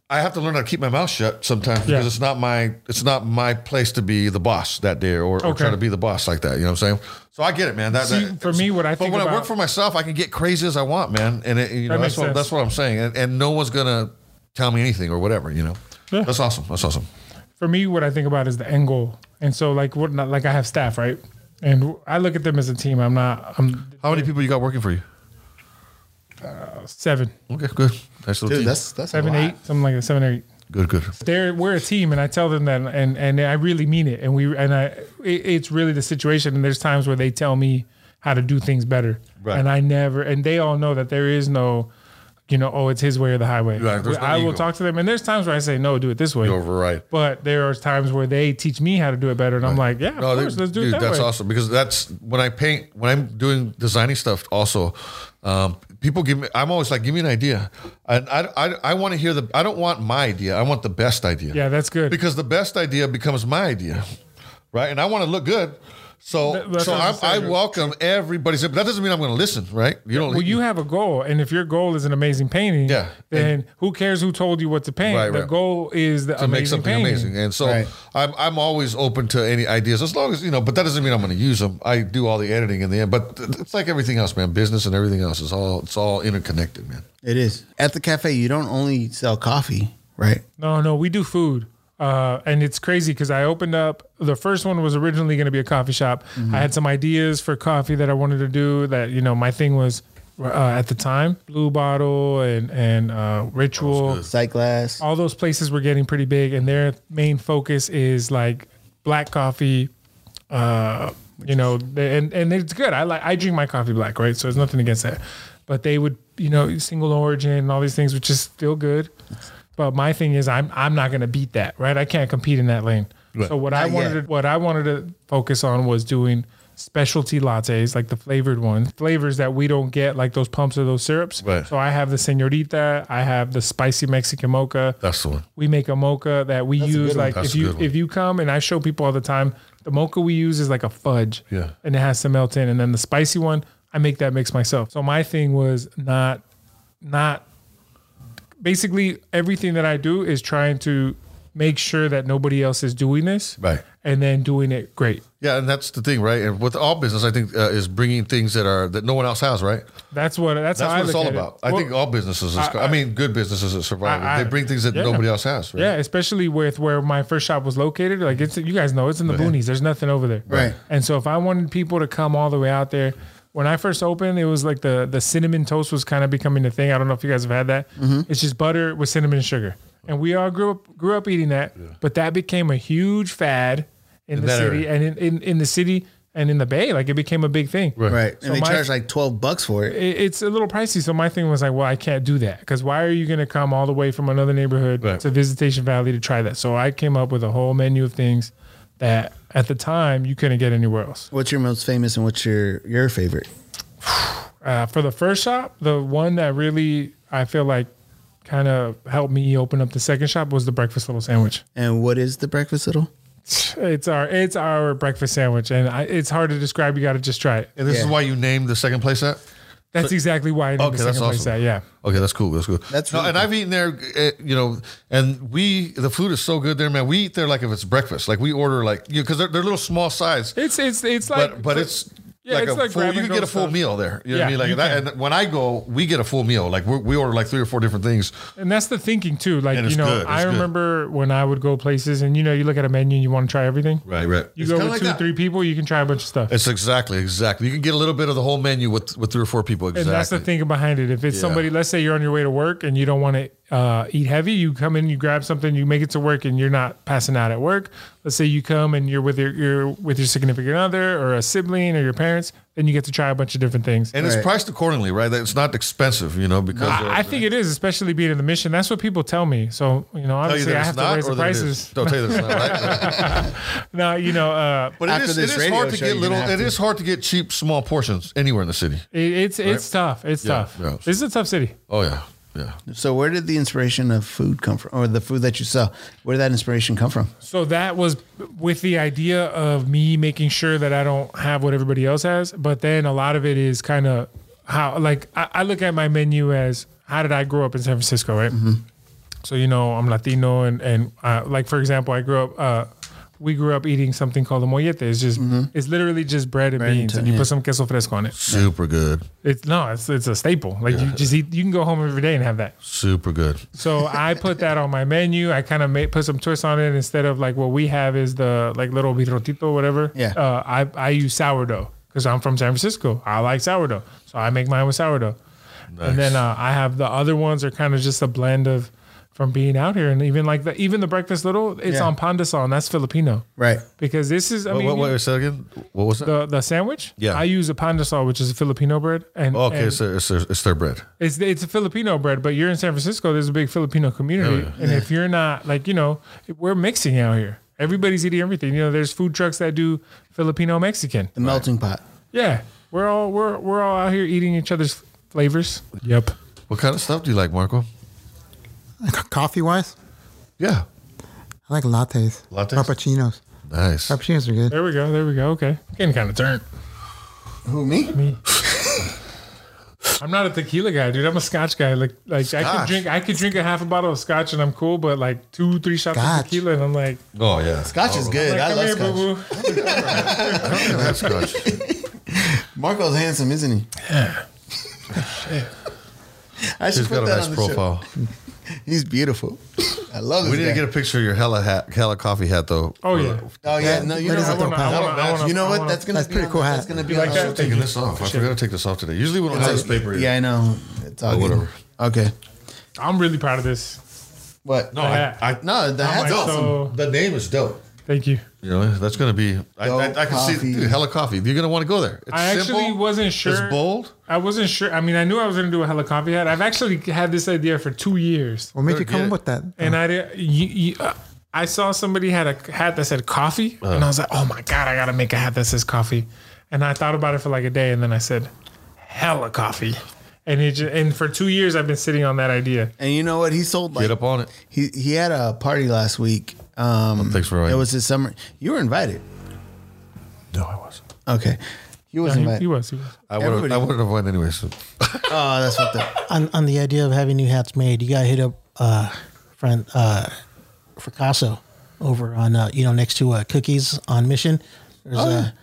[SPEAKER 2] I have to learn how to keep my mouth shut sometimes because
[SPEAKER 3] Yeah.
[SPEAKER 2] it's not my, it's not my place to be the boss that day or, or
[SPEAKER 3] Okay.
[SPEAKER 2] try to be the boss like that. You know what I'm saying? So I get it, man. That,
[SPEAKER 3] See,
[SPEAKER 2] that-
[SPEAKER 3] for me, what I
[SPEAKER 2] but
[SPEAKER 3] think
[SPEAKER 2] when I work
[SPEAKER 3] about-
[SPEAKER 2] for myself, I can get crazy as I want, man. And it, you know,
[SPEAKER 3] makes
[SPEAKER 2] that's what
[SPEAKER 3] sense.
[SPEAKER 2] that's what I'm saying. And, and no one's gonna tell me anything or whatever. You know,
[SPEAKER 3] Yeah.
[SPEAKER 2] that's awesome. That's awesome.
[SPEAKER 3] for me, what I think about is the end goal. And so, like, what not like I have staff, right? And I look at them as a team. I'm not. I'm
[SPEAKER 2] How many people you got working for you?
[SPEAKER 3] seven,
[SPEAKER 2] Okay, good. Nice little
[SPEAKER 1] Dude,
[SPEAKER 2] team.
[SPEAKER 1] that's that's
[SPEAKER 3] seven,
[SPEAKER 1] a lot.
[SPEAKER 3] eight, something like that. Seven or eight.
[SPEAKER 2] good, good.
[SPEAKER 3] They're we're a team, and I tell them that, and and I really mean it. And we and I, it, it's really the situation. And there's times where they tell me how to do things better,
[SPEAKER 2] Right.
[SPEAKER 3] and I never. And they all know that there is no. You know, oh, it's his way or the highway.
[SPEAKER 2] Right, there's no
[SPEAKER 3] I will
[SPEAKER 2] ego.
[SPEAKER 3] talk to them, and there's times where I say, "No, do it this way."
[SPEAKER 2] You're right.
[SPEAKER 3] But there are times where they teach me how to do it better, and I'm like, "Yeah, of
[SPEAKER 2] No,
[SPEAKER 3] course,
[SPEAKER 2] dude,
[SPEAKER 3] let's do
[SPEAKER 2] dude,
[SPEAKER 3] it that
[SPEAKER 2] that's
[SPEAKER 3] way."
[SPEAKER 2] awesome because that's when I paint, when I'm doing designing stuff. Also, um, people give me. I'm always like, give me an idea, and I, I, I want to hear the. I don't want my idea. I want the best idea.
[SPEAKER 3] Yeah, that's good.
[SPEAKER 2] because the best idea becomes my idea, right? And I want to look good. So,
[SPEAKER 3] That- that's
[SPEAKER 2] so
[SPEAKER 3] what I'm
[SPEAKER 2] I'm, I
[SPEAKER 3] saying.
[SPEAKER 2] welcome everybody's. But that doesn't mean I'm going to listen, right? You don't.
[SPEAKER 3] Well, you have a goal, and if your goal is an amazing painting,
[SPEAKER 2] Yeah.
[SPEAKER 3] then who cares who told you what to paint?
[SPEAKER 2] Right,
[SPEAKER 3] the
[SPEAKER 2] right.
[SPEAKER 3] goal is the
[SPEAKER 2] to
[SPEAKER 3] amazing
[SPEAKER 2] make something
[SPEAKER 3] painting.
[SPEAKER 2] amazing. And so
[SPEAKER 1] Right.
[SPEAKER 2] I'm I'm always open to any ideas as long as you know. But that doesn't mean I'm going to use them. I do all the editing in the end. But th- it's like everything else, man. Business and everything else is all it's all interconnected, man.
[SPEAKER 1] It is at the cafe. You don't only sell coffee, right?
[SPEAKER 3] No, no, we do food. Uh, and it's crazy because I opened up the first one was originally going to be a coffee shop. I had some ideas for coffee that I wanted to do. That you know, my thing was uh, at the time Blue Bottle and and uh, Ritual.
[SPEAKER 1] Sight glass.
[SPEAKER 3] all those places were getting pretty big, and their main focus is like black coffee. Uh, you know, they- and and it's good. I like I drink my coffee black, right? So there's nothing against that. But they would, you know, single origin and all these things, which is still good. But my thing is, I'm I'm not gonna beat that, right? I can't compete in that lane. So what I
[SPEAKER 1] Not
[SPEAKER 3] wanted,
[SPEAKER 1] yet.
[SPEAKER 3] to, what I wanted to focus on was doing specialty lattes, like the flavored ones, flavors that we don't get, like those pumps or those syrups.
[SPEAKER 2] Right.
[SPEAKER 3] So I have the señorita, I have the spicy Mexican mocha,
[SPEAKER 2] That's the one.
[SPEAKER 3] we make a mocha that we use
[SPEAKER 1] good one.
[SPEAKER 3] like
[SPEAKER 2] That's
[SPEAKER 3] if
[SPEAKER 2] a
[SPEAKER 3] you
[SPEAKER 2] good one.
[SPEAKER 3] if you come and I show people all the time the mocha we use is like a fudge
[SPEAKER 2] Yeah.
[SPEAKER 3] and it has to melt in and then the spicy one I make that mix myself so my thing was not not basically everything that I do is trying to make sure that nobody else is doing this
[SPEAKER 2] Right.
[SPEAKER 3] and then doing it great
[SPEAKER 2] Yeah, and that's the thing, right? And with all business, I think uh, is bringing things that are that no one else has, right?
[SPEAKER 3] that's what
[SPEAKER 2] That's
[SPEAKER 3] that's, how I
[SPEAKER 2] what it's
[SPEAKER 3] look
[SPEAKER 2] all
[SPEAKER 3] at it.
[SPEAKER 2] about. I
[SPEAKER 3] Well,
[SPEAKER 2] think all businesses, is, I, mean, good businesses that survive.
[SPEAKER 3] I- I-
[SPEAKER 2] they bring things that
[SPEAKER 3] yeah.
[SPEAKER 2] nobody else has, right?
[SPEAKER 3] Yeah, especially with where my first shop was located. Like it's you guys know it's in the boonies. There's nothing over there.
[SPEAKER 1] Right.
[SPEAKER 3] And so if I wanted people to come all the way out there, when I first opened, it was like the the cinnamon toast was kind of becoming a thing. I don't know if you guys have had that. It's just butter with cinnamon and sugar. And we all grew up grew up eating that. But that became a huge fad in, the
[SPEAKER 2] that
[SPEAKER 3] city
[SPEAKER 2] area.
[SPEAKER 3] and in, in, in the city and in the bay. Like it became a big thing.
[SPEAKER 2] Right.
[SPEAKER 1] Right,
[SPEAKER 3] So
[SPEAKER 1] and they
[SPEAKER 3] my-
[SPEAKER 1] charge like twelve bucks for it.
[SPEAKER 3] It- It's a little pricey, so my thing was like, well, I can't do that because why are you going to come all the way from another neighborhood
[SPEAKER 2] Right.
[SPEAKER 3] to Visitation Valley to try that? So I came up with a whole menu of things that at the time you couldn't get anywhere else.
[SPEAKER 1] What's your most famous and what's your your favorite?
[SPEAKER 3] Uh, for the first shop, the one that really I feel like kind of helped me open up the second shop was the breakfast little sandwich.
[SPEAKER 1] And what is the breakfast little?
[SPEAKER 3] It's our it's our breakfast sandwich, and I, it's hard to describe. You got to just try it.
[SPEAKER 2] And this is
[SPEAKER 1] Yeah.
[SPEAKER 2] why you named the second place that.
[SPEAKER 3] That's exactly why I named
[SPEAKER 2] Okay,
[SPEAKER 3] the
[SPEAKER 2] that's
[SPEAKER 3] second place
[SPEAKER 2] awesome.
[SPEAKER 3] that. Yeah.
[SPEAKER 2] Okay, that's cool. That's cool.
[SPEAKER 1] That's
[SPEAKER 2] no,
[SPEAKER 1] really
[SPEAKER 2] and I've eaten there, uh, you know, and we the food is so good there, man. We eat there like if it's breakfast. Like we order like you because they're, they're little small sides,
[SPEAKER 3] It's it's it's like
[SPEAKER 2] but but it's
[SPEAKER 3] yeah,
[SPEAKER 2] like
[SPEAKER 3] it's
[SPEAKER 2] a
[SPEAKER 3] like
[SPEAKER 2] full.
[SPEAKER 3] grab
[SPEAKER 2] You
[SPEAKER 3] and
[SPEAKER 2] can
[SPEAKER 3] go
[SPEAKER 2] get a full
[SPEAKER 3] stuff.
[SPEAKER 2] meal there. You know
[SPEAKER 3] Yeah,
[SPEAKER 2] what I mean? Like
[SPEAKER 3] you
[SPEAKER 2] that.
[SPEAKER 3] can.
[SPEAKER 2] And when I go, we get a full meal. Like we we order like three or four different things.
[SPEAKER 3] And that's the thinking too. Like
[SPEAKER 2] And it's
[SPEAKER 3] you know,
[SPEAKER 2] good, it's
[SPEAKER 3] I
[SPEAKER 2] good.
[SPEAKER 3] remember when I would go places, and you know, you look at a menu and you want to try everything.
[SPEAKER 2] Right, right.
[SPEAKER 3] You
[SPEAKER 2] It's
[SPEAKER 3] go
[SPEAKER 2] kinda
[SPEAKER 3] with
[SPEAKER 2] like
[SPEAKER 3] two
[SPEAKER 2] that.
[SPEAKER 3] or three people, you can try a bunch of stuff.
[SPEAKER 2] It's exactly exactly. You can get a little bit of the whole menu with with three or four people. Exactly.
[SPEAKER 3] And that's the thinking behind it. If it's
[SPEAKER 2] Yeah.
[SPEAKER 3] somebody, let's say you're on your way to work and you don't want to uh, eat heavy. You come in, you grab something, you make it to work, and you're not passing out at work. Let's say you come and you're with your you're with your significant other or a sibling or your parents, then you get to try a bunch of different things.
[SPEAKER 2] And it's
[SPEAKER 1] Right.
[SPEAKER 2] priced accordingly, right? That It's not expensive, you know, because uh,
[SPEAKER 3] I, I think it is, especially being in the mission. That's what people tell me. So you know,
[SPEAKER 2] tell you
[SPEAKER 3] obviously,
[SPEAKER 2] that
[SPEAKER 3] I
[SPEAKER 2] it's
[SPEAKER 3] have to
[SPEAKER 2] not,
[SPEAKER 3] raise
[SPEAKER 2] or
[SPEAKER 3] the
[SPEAKER 2] that it is.
[SPEAKER 3] prices.
[SPEAKER 2] Don't tell you that it's not, right?
[SPEAKER 3] No, you know, uh,
[SPEAKER 2] But it
[SPEAKER 1] After
[SPEAKER 2] is, it
[SPEAKER 1] this
[SPEAKER 2] is
[SPEAKER 1] radio
[SPEAKER 2] hard to
[SPEAKER 1] show,
[SPEAKER 2] get
[SPEAKER 1] you're
[SPEAKER 2] little.
[SPEAKER 1] gonna have
[SPEAKER 2] It
[SPEAKER 1] to-
[SPEAKER 2] is hard to get cheap small portions anywhere in the city.
[SPEAKER 3] it, it's it's tough. It's
[SPEAKER 2] Yeah,
[SPEAKER 3] tough.
[SPEAKER 2] yeah.
[SPEAKER 3] This is a tough city.
[SPEAKER 2] Oh yeah, yeah.
[SPEAKER 1] So where did the inspiration of food come from, or the food that you sell? Where did that inspiration come from?
[SPEAKER 3] So that was with the idea of me making sure that I don't have what everybody else has. But then a lot of it is kind of how, like, I, I look at my menu as how did I grow up in San Francisco, right? So you know, I'm Latino, and and uh, like for example, I grew up. Uh, we grew up eating something called a mollete. It's just, it's literally just bread and beans, and you put some queso fresco on it.
[SPEAKER 2] Super good,
[SPEAKER 3] It's no, it's it's a staple. Like you just eat, you can go home every day and have that.
[SPEAKER 2] super good.
[SPEAKER 3] So I put that on my menu. I kind of made put some twists on it instead of like what we have is the like little birrotito, whatever.
[SPEAKER 1] Yeah.
[SPEAKER 3] Uh, I I use sourdough because I'm from San Francisco. I like sourdough, so I make mine with sourdough. And then uh, I have the other ones are kind of just a blend of from being out here and even like the even the breakfast little it's
[SPEAKER 1] Yeah.
[SPEAKER 3] on pandesal. That's Filipino.
[SPEAKER 1] Right.
[SPEAKER 3] Because this is I
[SPEAKER 2] Wait,
[SPEAKER 3] mean
[SPEAKER 2] wait,
[SPEAKER 3] you-
[SPEAKER 2] wait a second. What was that?
[SPEAKER 3] the the sandwich.
[SPEAKER 2] Yeah.
[SPEAKER 3] I use a pandesal, which is a Filipino bread. And
[SPEAKER 2] Oh, okay,
[SPEAKER 3] and-
[SPEAKER 2] it's, their, it's, their, it's their bread.
[SPEAKER 3] it's it's a Filipino bread, but you're in San Francisco. There's a big Filipino community,
[SPEAKER 2] Oh,
[SPEAKER 3] and if you're not like you know, we're mixing out here. Everybody's eating everything. You know, there's food trucks that do Filipino Mexican.
[SPEAKER 1] The melting pot.
[SPEAKER 3] Yeah, we're all we're we're all out here eating each other's flavors. Yep.
[SPEAKER 2] What kind of stuff do you like, Marco?
[SPEAKER 4] Coffee wise,
[SPEAKER 2] Yeah,
[SPEAKER 4] I like lattes.
[SPEAKER 2] Lattes?
[SPEAKER 4] Frappuccinos.
[SPEAKER 2] nice.
[SPEAKER 4] Frappuccinos are good.
[SPEAKER 3] There we go. There we go. Okay, getting kind of turned.
[SPEAKER 1] Who me?
[SPEAKER 3] I'm not a tequila guy, dude. I'm a Scotch guy. Like like I could
[SPEAKER 2] Scotch.
[SPEAKER 3] drink I could drink a half a bottle of Scotch and I'm cool, but like two three shots
[SPEAKER 4] Scotch.
[SPEAKER 3] of tequila and I'm like,
[SPEAKER 2] Oh yeah,
[SPEAKER 1] Scotch is good.
[SPEAKER 3] like,
[SPEAKER 1] I
[SPEAKER 3] come
[SPEAKER 1] love
[SPEAKER 3] here,
[SPEAKER 1] scotch.
[SPEAKER 3] boo boo.
[SPEAKER 2] I don't even have scotch.
[SPEAKER 1] Marco's handsome, isn't he? Yeah. I should
[SPEAKER 2] He's
[SPEAKER 1] put
[SPEAKER 2] got a
[SPEAKER 1] that
[SPEAKER 2] nice
[SPEAKER 1] on the show.
[SPEAKER 2] profile.
[SPEAKER 1] He's beautiful. I love this
[SPEAKER 2] We need
[SPEAKER 1] guy.
[SPEAKER 2] to get a picture of your hella hat, hella coffee hat though.
[SPEAKER 3] Oh yeah.
[SPEAKER 1] Oh yeah, no, you
[SPEAKER 4] That
[SPEAKER 1] know
[SPEAKER 4] is a
[SPEAKER 1] what?
[SPEAKER 4] dope hat.
[SPEAKER 3] I wanna- I wanna-
[SPEAKER 1] You know
[SPEAKER 3] I
[SPEAKER 1] what?
[SPEAKER 3] wanna-
[SPEAKER 1] That's gonna
[SPEAKER 4] That's
[SPEAKER 1] be
[SPEAKER 4] pretty
[SPEAKER 1] on-
[SPEAKER 4] cool
[SPEAKER 1] That's
[SPEAKER 4] hat.
[SPEAKER 1] gonna be
[SPEAKER 3] You like
[SPEAKER 1] on-
[SPEAKER 3] that?
[SPEAKER 2] Taking this off. I forgot to take this off today. Usually we don't have this paper. here.
[SPEAKER 1] Yeah, I know. It's all
[SPEAKER 2] Oh,
[SPEAKER 1] good.
[SPEAKER 2] whatever.
[SPEAKER 1] Okay.
[SPEAKER 3] I'm really proud of this.
[SPEAKER 1] What?
[SPEAKER 2] No,
[SPEAKER 3] The
[SPEAKER 2] I,
[SPEAKER 3] hat.
[SPEAKER 2] I
[SPEAKER 1] No, the hat's
[SPEAKER 3] like,
[SPEAKER 1] awesome.
[SPEAKER 3] so-
[SPEAKER 2] The name is dope.
[SPEAKER 3] Thank you.
[SPEAKER 2] You know that's gonna be. I, I, I can see
[SPEAKER 1] Coffee.
[SPEAKER 2] dude, hella coffee. You're gonna want to go there. It's
[SPEAKER 3] I actually
[SPEAKER 2] simple,
[SPEAKER 3] wasn't sure.
[SPEAKER 2] It's bold.
[SPEAKER 3] I wasn't sure. I mean, I knew I was going to do a hella coffee hat. I've actually had this idea for two years,
[SPEAKER 4] What made you
[SPEAKER 2] Better
[SPEAKER 4] come
[SPEAKER 2] get
[SPEAKER 4] up
[SPEAKER 2] it.
[SPEAKER 4] with that?
[SPEAKER 3] and I didn't. You, you, uh, I saw somebody had a hat that said coffee, and
[SPEAKER 2] Uh.
[SPEAKER 3] I was like, "Oh my god, I got to make a hat that says coffee." And I thought about it for like a day, and then I said, "Hella coffee," and it just, and for two years I've been sitting on that idea.
[SPEAKER 1] And you know what? He sold like
[SPEAKER 2] Get up on it.
[SPEAKER 1] he he had a party last week. Um,
[SPEAKER 2] thanks for
[SPEAKER 1] It
[SPEAKER 2] inviting
[SPEAKER 1] was his summer. You were invited.
[SPEAKER 2] No, I wasn't.
[SPEAKER 1] Okay. He was
[SPEAKER 3] He,
[SPEAKER 1] invited.
[SPEAKER 3] he was, he was.
[SPEAKER 2] I would.
[SPEAKER 1] Everybody-
[SPEAKER 2] I wouldn't have went anyways.
[SPEAKER 1] Oh, that's fucked up.
[SPEAKER 4] On, on the idea of having new hats made, you got to hit up uh, friend uh, Fricasso over on, uh, you know, next to uh, Cookies on Mission.
[SPEAKER 3] Oh,
[SPEAKER 4] There's a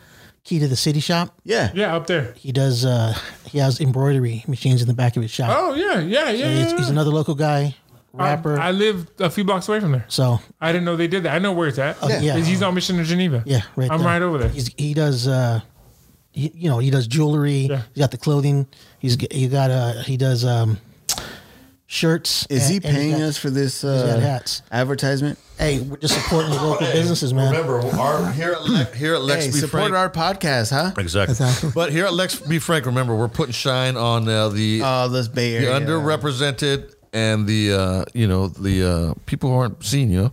[SPEAKER 4] key to the city shop.
[SPEAKER 1] Yeah.
[SPEAKER 3] Yeah, up there.
[SPEAKER 4] He does, uh, he has embroidery machines in the back of his shop.
[SPEAKER 3] Oh yeah, yeah, yeah. yeah,
[SPEAKER 4] He's, he's
[SPEAKER 3] yeah.
[SPEAKER 4] another local guy,
[SPEAKER 3] I-
[SPEAKER 4] rapper.
[SPEAKER 3] I, live a few blocks away from there.
[SPEAKER 4] so
[SPEAKER 3] I didn't know they did that. I know where it's
[SPEAKER 2] Oh,
[SPEAKER 3] at.
[SPEAKER 4] Yeah. yeah.
[SPEAKER 3] he's on mission to Geneva.
[SPEAKER 4] yeah, right.
[SPEAKER 3] I'm
[SPEAKER 4] there.
[SPEAKER 3] right over there.
[SPEAKER 4] He's, he does, uh, he, you know, he does jewelry. He's got the clothing. He's g- he got uh he does um, shirts.
[SPEAKER 1] Is he
[SPEAKER 4] and- and
[SPEAKER 1] paying
[SPEAKER 4] got-
[SPEAKER 1] us for this
[SPEAKER 4] got
[SPEAKER 1] uh,
[SPEAKER 4] hats.
[SPEAKER 1] advertisisement?
[SPEAKER 4] Hey, we're just supporting the local businesses, man.
[SPEAKER 2] Remember, our, here at Le- here at Lex
[SPEAKER 1] Hey,
[SPEAKER 2] Be
[SPEAKER 1] support
[SPEAKER 2] Frank.
[SPEAKER 1] our podcast, huh?
[SPEAKER 2] exactly.
[SPEAKER 4] Exactly.
[SPEAKER 2] But here at Lex Be Frank, remember we're putting shine on uh, the
[SPEAKER 1] Oh, this Bay
[SPEAKER 2] the
[SPEAKER 1] Area.
[SPEAKER 2] underrepresented and the uh, you know the uh, people who aren't seen. You know,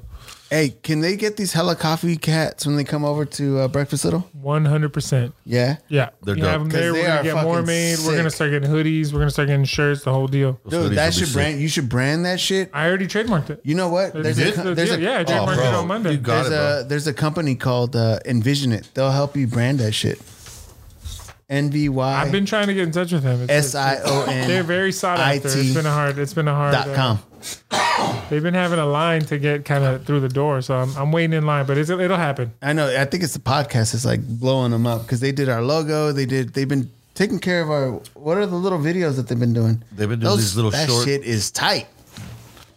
[SPEAKER 1] Hey, can they get these hella coffee cats when they come over to uh, Breakfast Little?
[SPEAKER 3] One hundred percent.
[SPEAKER 1] Yeah.
[SPEAKER 3] Yeah,
[SPEAKER 2] They're
[SPEAKER 3] you
[SPEAKER 2] dope.
[SPEAKER 3] have them
[SPEAKER 1] 'Cause
[SPEAKER 3] there.
[SPEAKER 1] they
[SPEAKER 3] We're
[SPEAKER 1] are
[SPEAKER 3] gonna get more
[SPEAKER 1] fucking
[SPEAKER 3] made. We're gonna
[SPEAKER 1] sick.
[SPEAKER 3] start getting hoodies. We're gonna start getting shirts. The whole deal.
[SPEAKER 2] hoodies
[SPEAKER 1] Dude,
[SPEAKER 2] will be
[SPEAKER 1] that should
[SPEAKER 2] sick.
[SPEAKER 1] brand. You should brand that shit.
[SPEAKER 3] I already trademarked it.
[SPEAKER 1] You know what? There's
[SPEAKER 3] did?
[SPEAKER 1] a co- there's
[SPEAKER 3] Yeah,
[SPEAKER 1] a
[SPEAKER 3] yeah, I trademarked
[SPEAKER 2] Oh, bro.
[SPEAKER 3] it on Monday.
[SPEAKER 2] You got
[SPEAKER 1] there's
[SPEAKER 2] it, bro.
[SPEAKER 1] a there's a company called uh, Envision It. They'll help you brand that shit. N V
[SPEAKER 3] I've
[SPEAKER 1] Y
[SPEAKER 3] been trying to get in touch with them.
[SPEAKER 1] S
[SPEAKER 3] It's-
[SPEAKER 1] I O N.
[SPEAKER 3] They're very sought after. It's
[SPEAKER 1] IT
[SPEAKER 3] been a hard. It's been a hard.
[SPEAKER 1] dot
[SPEAKER 3] uh,
[SPEAKER 1] com.
[SPEAKER 3] They've been having a line to get kind of through the door, so I'm, I'm waiting in line, but it's, it'll happen.
[SPEAKER 1] I know. I think it's the podcast that's like blowing them up because they did our logo. They did. They've been taking care of our. What are the little videos that they've been doing?
[SPEAKER 2] They've been doing these little
[SPEAKER 1] That
[SPEAKER 2] short-
[SPEAKER 1] shit is tight.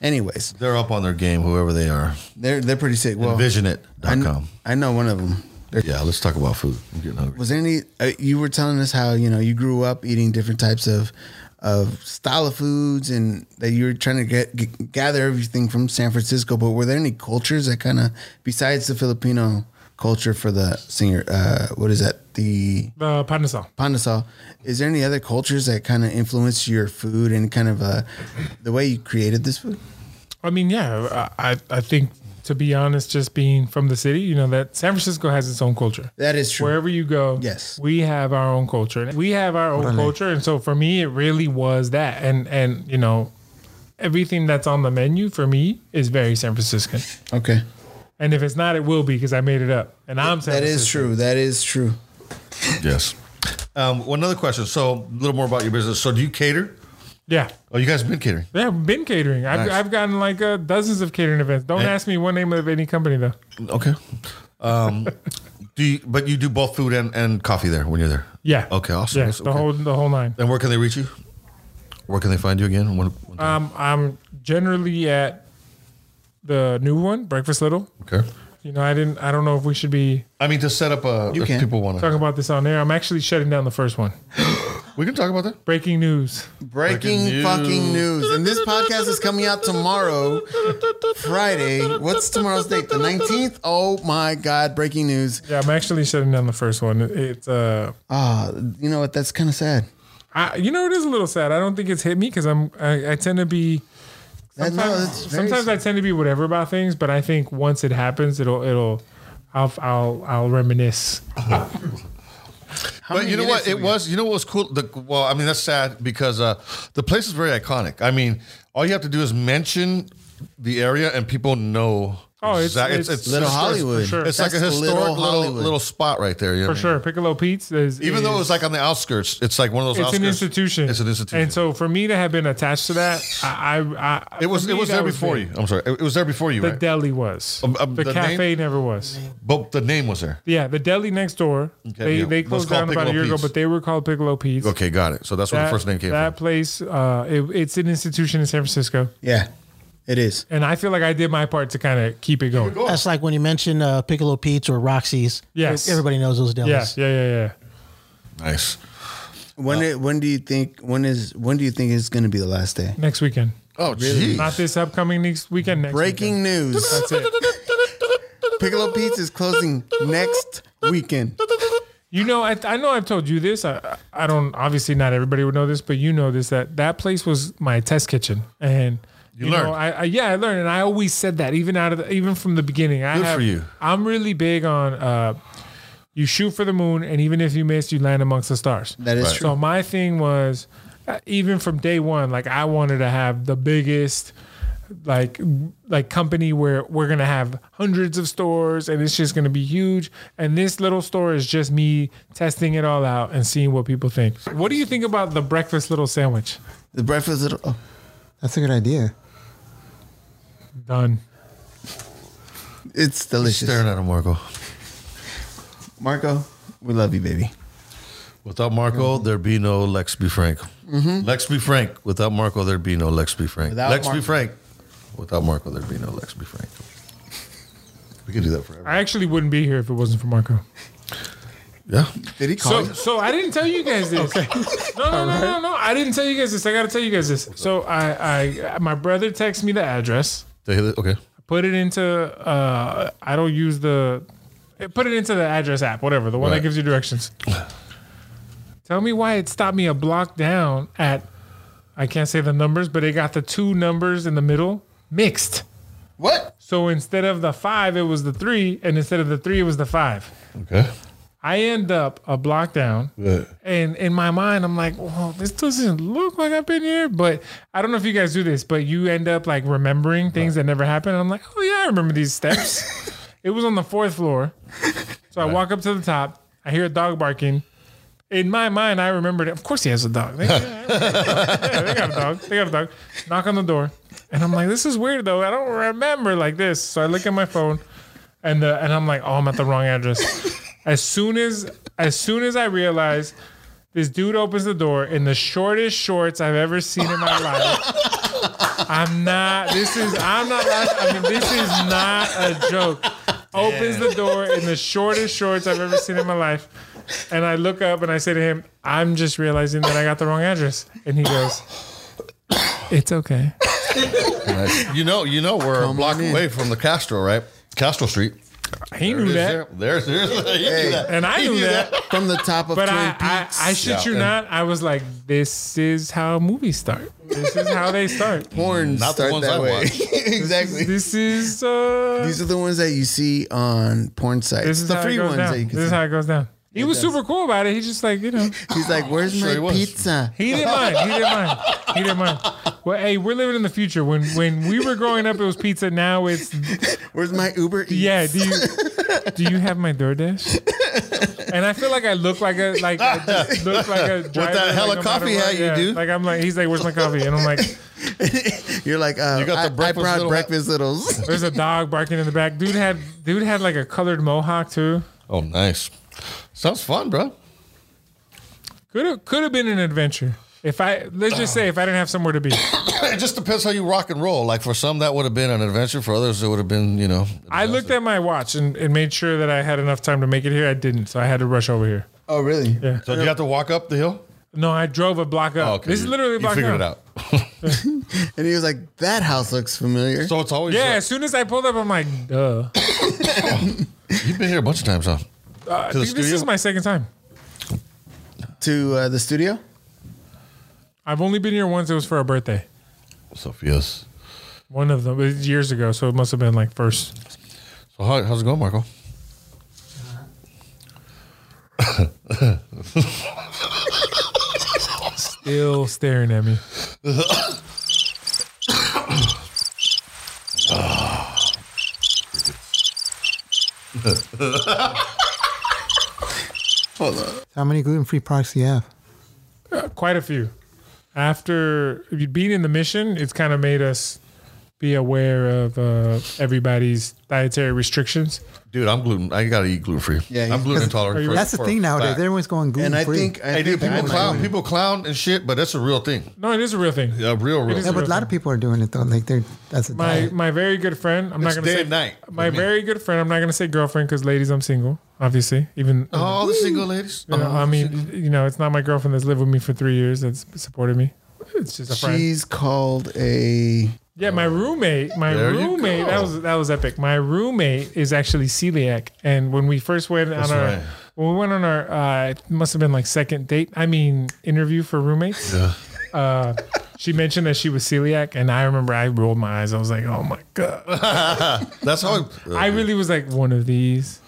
[SPEAKER 1] Anyways,
[SPEAKER 2] They're up on their game, whoever they are.
[SPEAKER 1] they're they're pretty sick. Well, I, kn-
[SPEAKER 2] Envisionit.com.
[SPEAKER 1] I know one of them.
[SPEAKER 2] Yeah, let's talk about food. I'm getting hungry.
[SPEAKER 1] Was there any? Uh, you were telling us how you know you grew up eating different types of of style of foods and that you're trying to get, g gather everything from San Francisco. But were there any cultures that kind of besides the Filipino culture for the singer? Uh, what is that? The
[SPEAKER 3] Uh, pandesal.
[SPEAKER 1] Pandasal, is there any other cultures that kind of influence your food and kind of uh, the way you created this food?
[SPEAKER 3] I mean, yeah, I, I- I think to be honest, just being from the city, you know, that San Francisco has its own culture.
[SPEAKER 1] That is true.
[SPEAKER 3] Wherever you go,
[SPEAKER 1] Yes.
[SPEAKER 3] we have our own culture. And we have our own culture, and so for me, it really was that. And and you know, everything that's on the menu for me is very San Franciscan.
[SPEAKER 1] Okay.
[SPEAKER 3] And if it's not, it will be because I made it up. And I'm San
[SPEAKER 1] That is
[SPEAKER 3] Franciscan.
[SPEAKER 1] true. That is true.
[SPEAKER 2] Yes. Um, one other question. So, a little more about your business. So, do you cater?
[SPEAKER 3] Yeah,
[SPEAKER 2] Oh, you guys have been catering.
[SPEAKER 3] yeah. I've been catering. I've,
[SPEAKER 2] Nice.
[SPEAKER 3] I've gotten like uh, dozens of catering events. Don't
[SPEAKER 2] Hey.
[SPEAKER 3] ask me one name of any company though.
[SPEAKER 2] Okay. Um, do you, but you do both food and, and coffee there when you're there.
[SPEAKER 3] Yeah.
[SPEAKER 2] Okay, awesome.
[SPEAKER 3] Yeah,
[SPEAKER 2] That's-
[SPEAKER 3] the
[SPEAKER 2] okay.
[SPEAKER 3] whole the whole nine.
[SPEAKER 2] And where can they reach you? Where can they find you again? One, one time.
[SPEAKER 3] Um, I'm generally at the new one, Breakfast Little.
[SPEAKER 2] okay.
[SPEAKER 3] You know, I didn't. I don't know if we should be
[SPEAKER 2] I mean, to set up a.
[SPEAKER 1] You
[SPEAKER 2] if
[SPEAKER 1] can.
[SPEAKER 2] people want
[SPEAKER 3] talking
[SPEAKER 2] to.
[SPEAKER 3] about this on air. I'm actually shutting down the first one.
[SPEAKER 2] We can talk about that.
[SPEAKER 3] Breaking news.
[SPEAKER 1] Breaking
[SPEAKER 2] Breaking
[SPEAKER 1] fucking
[SPEAKER 2] news.
[SPEAKER 1] news. And this podcast is coming out tomorrow, Friday. What's tomorrow's date? The 19th? Oh my God. Breaking news.
[SPEAKER 3] Yeah, I'm actually shutting down the first one. It- It's uh,
[SPEAKER 1] Ah, you know what? That's kind of sad.
[SPEAKER 3] I, you know, it is a little sad. I don't think it's hit me because I'm. I, I tend to be.
[SPEAKER 1] That- no, that's
[SPEAKER 3] Sometimes,
[SPEAKER 1] very
[SPEAKER 3] sometimes I tend to be whatever about things, but I think once it happens, it'll it'll. I'll I'll I'll reminisce.
[SPEAKER 1] How
[SPEAKER 2] But
[SPEAKER 1] many
[SPEAKER 2] you know
[SPEAKER 1] minutes
[SPEAKER 2] what?
[SPEAKER 1] do
[SPEAKER 2] It
[SPEAKER 1] we
[SPEAKER 2] was. You know what was cool? The, well, I mean, that's sad because uh, the place is very iconic. I mean, all you have to do is mention the area, and people know.
[SPEAKER 3] Oh, it's-
[SPEAKER 2] exact-
[SPEAKER 3] it's
[SPEAKER 1] got? Little
[SPEAKER 2] historic-
[SPEAKER 1] Hollywood.
[SPEAKER 3] sure.
[SPEAKER 2] It's like a
[SPEAKER 1] That's
[SPEAKER 2] historic little little,
[SPEAKER 1] Hollywood.
[SPEAKER 2] spot right there. you know
[SPEAKER 3] For
[SPEAKER 2] what I
[SPEAKER 3] sure, Piccolo Pete's is
[SPEAKER 2] mean? Even though it
[SPEAKER 3] is-
[SPEAKER 2] was like on the outskirts, it's like one of those.
[SPEAKER 3] it's an
[SPEAKER 2] outskirts-
[SPEAKER 3] institution.
[SPEAKER 2] It's an institution.
[SPEAKER 3] And so for me to have been attached to that, I, I, I
[SPEAKER 2] it was.
[SPEAKER 3] for me,
[SPEAKER 2] It was
[SPEAKER 3] that
[SPEAKER 2] there before
[SPEAKER 3] big.
[SPEAKER 2] you. I'm sorry. It, it was there before you,
[SPEAKER 3] The
[SPEAKER 2] right?
[SPEAKER 3] deli was.
[SPEAKER 2] Um, um,
[SPEAKER 3] the,
[SPEAKER 2] the
[SPEAKER 3] cafe
[SPEAKER 2] name?
[SPEAKER 3] never was.
[SPEAKER 2] but the name was there.
[SPEAKER 3] Yeah, the deli next door. they
[SPEAKER 2] yeah.
[SPEAKER 3] they
[SPEAKER 2] It was
[SPEAKER 3] closed
[SPEAKER 2] called
[SPEAKER 3] down about a
[SPEAKER 2] Piccolo
[SPEAKER 3] year ago,
[SPEAKER 2] Pete's.
[SPEAKER 3] but they were called Piccolo Pete's.
[SPEAKER 2] Okay, got it. So that's where
[SPEAKER 3] That,
[SPEAKER 2] the first name came
[SPEAKER 3] that
[SPEAKER 2] from.
[SPEAKER 3] place, uh, it, it's an institution in San Francisco,
[SPEAKER 1] Yeah, it is.
[SPEAKER 3] and I feel like I did my part to kind of keep it going.
[SPEAKER 4] That's like when you mention uh, Piccolo Pete's or Roxy's.
[SPEAKER 3] Yes.
[SPEAKER 4] Everybody knows those delis.
[SPEAKER 3] Yeah, yeah, yeah, yeah.
[SPEAKER 2] Nice.
[SPEAKER 1] When it, when do you think when is when do you think it's going to be the last day?
[SPEAKER 3] Next weekend,
[SPEAKER 2] Oh, really?
[SPEAKER 3] not this upcoming next weekend. Next
[SPEAKER 1] Breaking news.
[SPEAKER 3] Weekend. That's it.
[SPEAKER 1] Piccolo Pete's is closing next weekend.
[SPEAKER 3] You know, I, I know I've told you this. I, I don't, obviously, not everybody would know this, but you know this that that place was my test kitchen. And you,
[SPEAKER 2] learned.
[SPEAKER 3] Know, I, I, yeah, I learned. And I always said that, even out of the, even from the beginning. I
[SPEAKER 2] Good for
[SPEAKER 3] have,
[SPEAKER 2] you.
[SPEAKER 3] I'm really big on uh, you shoot for the moon, and even if you miss, you land amongst the stars.
[SPEAKER 1] That is
[SPEAKER 2] Right.
[SPEAKER 1] true.
[SPEAKER 3] So my thing was, uh, even from day one, like I wanted to have the biggest, like like company where we're gonna have hundreds of stores and it's just gonna be huge. And this little store is just me testing it all out and seeing what people think. What do you think about the breakfast little sandwich?
[SPEAKER 1] The breakfast. Little, oh,
[SPEAKER 5] That's a good idea.
[SPEAKER 3] Done.
[SPEAKER 1] it's delicious.
[SPEAKER 2] Staring at him, Marco.
[SPEAKER 1] Marco, we love you, baby.
[SPEAKER 2] Without Marco, there'd be no Lex B. Frank. Lex B. Frank. Without Marco, there'd be no Lex B. Frank.
[SPEAKER 1] Without
[SPEAKER 2] Lex B.
[SPEAKER 1] Marco.
[SPEAKER 2] Frank. Without Marco, there'd be no Lex B. Frank. We could do that forever.
[SPEAKER 3] I actually wouldn't be here if it wasn't for Marco.
[SPEAKER 2] Yeah.
[SPEAKER 1] Did he
[SPEAKER 3] So,
[SPEAKER 1] call you?
[SPEAKER 3] so I didn't tell you guys this. No, no, no, no, no. I didn't tell you guys this. I gotta tell you guys this. So I, I, my brother texted me the address.
[SPEAKER 2] They hit it? Okay.
[SPEAKER 3] put it into uh I don't use the put it into the address app, whatever, the one that
[SPEAKER 2] Right.
[SPEAKER 3] gives you directions. Tell me why it stopped me a block down at I can't say the numbers, but it got the two numbers in the middle mixed.
[SPEAKER 1] What?
[SPEAKER 3] So instead of the five, it was the three, and instead of the three, it was the five.
[SPEAKER 2] Okay.
[SPEAKER 3] I end up a block down. And in my mind, I'm like, well, this doesn't look like I've been here. But I don't know if you guys do this, but you end up like remembering things that never happened. And I'm like, oh, yeah, I remember these steps. it was on the fourth floor. So I walk up to the top. I hear a dog barking. In my mind, I remembered it. Of course, he has a dog. They, yeah, they got a dog. They got a dog. Knock on the door. And I'm like, this is weird, though. I don't remember like this. So I look at my phone and the and I'm like, oh, I'm at the wrong address. as soon as as soon as I realize this dude opens the door in the shortest shorts I've ever seen in my life. I'm not. This is. I'm not. Laughing. I mean, this is not a joke. Opens the door in the shortest shorts I've ever seen in my life. And I look up and I say to him, I'm just realizing that I got the wrong address. And he goes, It's okay.
[SPEAKER 2] You know, you know, we're a
[SPEAKER 1] Come
[SPEAKER 2] block
[SPEAKER 1] on in.
[SPEAKER 2] away from the Castro, right? Castro Street.
[SPEAKER 3] He
[SPEAKER 2] There it
[SPEAKER 3] knew
[SPEAKER 2] is
[SPEAKER 3] that.
[SPEAKER 2] There, There- there's, he knew that.
[SPEAKER 3] And I
[SPEAKER 2] He
[SPEAKER 3] knew that.
[SPEAKER 1] From the top of
[SPEAKER 3] But
[SPEAKER 1] Twin
[SPEAKER 3] I, I,
[SPEAKER 1] Peaks.
[SPEAKER 3] I shit
[SPEAKER 2] Yeah.
[SPEAKER 3] you
[SPEAKER 2] And-
[SPEAKER 3] not, I was like, This is how movies start. This is how they start.
[SPEAKER 1] porn
[SPEAKER 2] Not the
[SPEAKER 1] start
[SPEAKER 2] ones
[SPEAKER 1] that
[SPEAKER 2] I
[SPEAKER 1] way.
[SPEAKER 2] watch.
[SPEAKER 1] exactly.
[SPEAKER 3] This is uh
[SPEAKER 1] These are the ones that you see on porn sites.
[SPEAKER 3] this is
[SPEAKER 1] the
[SPEAKER 3] how
[SPEAKER 1] free
[SPEAKER 3] it goes
[SPEAKER 1] ones
[SPEAKER 3] down.
[SPEAKER 1] that you
[SPEAKER 3] This
[SPEAKER 1] can
[SPEAKER 3] is
[SPEAKER 1] see.
[SPEAKER 3] how it goes down. He was
[SPEAKER 1] does.
[SPEAKER 3] super cool about it. He's just like, you know,
[SPEAKER 1] He's like, "Where's
[SPEAKER 2] Sure he
[SPEAKER 1] my
[SPEAKER 2] was.
[SPEAKER 1] pizza?"
[SPEAKER 3] He didn't mind. He didn't mind. He didn't mind. Well, hey, we're living in the future. When when we were growing up, it was pizza. Now it's
[SPEAKER 1] Where's my Uber? Eats?
[SPEAKER 3] yeah. Do you do you have my DoorDash? And I feel like I look like a like I just look like a driver,
[SPEAKER 2] that
[SPEAKER 3] like,
[SPEAKER 2] hella
[SPEAKER 3] no matter
[SPEAKER 2] coffee
[SPEAKER 3] what.
[SPEAKER 2] hat you do.
[SPEAKER 3] Like I'm like he's like, where's my coffee? And I'm like,
[SPEAKER 1] you're like, uh,
[SPEAKER 2] You got the
[SPEAKER 1] I- I,
[SPEAKER 2] breakfast
[SPEAKER 1] brought
[SPEAKER 2] little-
[SPEAKER 1] breakfast littles.
[SPEAKER 3] there's a dog barking in the back. Dude had dude had like a colored mohawk too.
[SPEAKER 2] Oh, nice. Sounds fun, bro.
[SPEAKER 3] Could have could have been an adventure. If I let's just say if I didn't have somewhere to be,
[SPEAKER 2] It just depends how you rock and roll. Like for some, that would have been an adventure. For others, it would have been, you know.
[SPEAKER 3] I looked at my watch and, and made sure that I had enough time to make it here. I didn't, so I had to rush over here.
[SPEAKER 1] oh, really? Yeah.
[SPEAKER 2] So did you have to walk up the hill?
[SPEAKER 3] No, I drove a block up.
[SPEAKER 2] Oh, okay.
[SPEAKER 3] This is
[SPEAKER 2] You-
[SPEAKER 3] literally a
[SPEAKER 2] you
[SPEAKER 3] block
[SPEAKER 2] figured
[SPEAKER 3] up.
[SPEAKER 2] it out.
[SPEAKER 1] And he was like, "That house looks familiar."
[SPEAKER 2] So it's always
[SPEAKER 3] Yeah,
[SPEAKER 2] uh,
[SPEAKER 3] as soon as I pulled up, I'm like, duh. I
[SPEAKER 2] You've been here a bunch of times, huh? to the
[SPEAKER 3] think Uh, this
[SPEAKER 2] studio.
[SPEAKER 3] is my second time.
[SPEAKER 1] to uh, the studio.
[SPEAKER 3] I've only been here once. It was for a birthday.
[SPEAKER 2] Sophia's.
[SPEAKER 3] One of them. It was years ago, so it must have been like first.
[SPEAKER 2] So how, how's it going, Marco?
[SPEAKER 3] Still staring at me.
[SPEAKER 4] How many gluten free products do you have?
[SPEAKER 3] Uh, Quite a few. After being in the mission, it's kind of made us be aware of uh, everybody's dietary restrictions.
[SPEAKER 2] Dude, I'm gluten. I gotta eat gluten free.
[SPEAKER 1] Yeah,
[SPEAKER 2] I'm
[SPEAKER 1] you-
[SPEAKER 2] gluten
[SPEAKER 3] Are
[SPEAKER 2] intolerant.
[SPEAKER 3] you
[SPEAKER 2] for-
[SPEAKER 3] ready?
[SPEAKER 4] That's the
[SPEAKER 2] for a
[SPEAKER 4] thing nowadays.
[SPEAKER 2] fact.
[SPEAKER 4] Everyone's going gluten
[SPEAKER 1] And I
[SPEAKER 4] free.
[SPEAKER 1] think, I
[SPEAKER 2] Hey, dude,
[SPEAKER 1] think I
[SPEAKER 2] people
[SPEAKER 1] might-
[SPEAKER 2] clown, people clown and shit, but that's a real thing.
[SPEAKER 3] No, it is a real thing.
[SPEAKER 2] A real, real.
[SPEAKER 3] is
[SPEAKER 2] thing.
[SPEAKER 4] yeah, but a lot of people are doing it though. Like they're that's a
[SPEAKER 3] My
[SPEAKER 4] diet.
[SPEAKER 3] my very good friend. I'm
[SPEAKER 2] Oh. It's
[SPEAKER 3] not gonna
[SPEAKER 2] day
[SPEAKER 3] say
[SPEAKER 2] and night for
[SPEAKER 3] My
[SPEAKER 2] me.
[SPEAKER 3] very good friend. I'm not gonna say girlfriend because ladies, I'm single. Obviously, even
[SPEAKER 2] All the single ladies. Uh-huh.
[SPEAKER 3] You know, I mean, you know, it's not my girlfriend that's lived with me for three years that's supported me. It's just a friend.
[SPEAKER 1] She's called a.
[SPEAKER 3] yeah, my roommate, my
[SPEAKER 2] Oh. There you
[SPEAKER 3] roommate, that
[SPEAKER 2] go.
[SPEAKER 3] was that was epic. My roommate is actually celiac, and when we first went on our,
[SPEAKER 2] right.
[SPEAKER 3] when we went on our, uh, it must have been like second date. I mean, interview for roommates. Uh, she mentioned that she was celiac, and I remember I rolled my eyes. I was like, oh my god.
[SPEAKER 2] That's how.
[SPEAKER 3] I really was like one of these.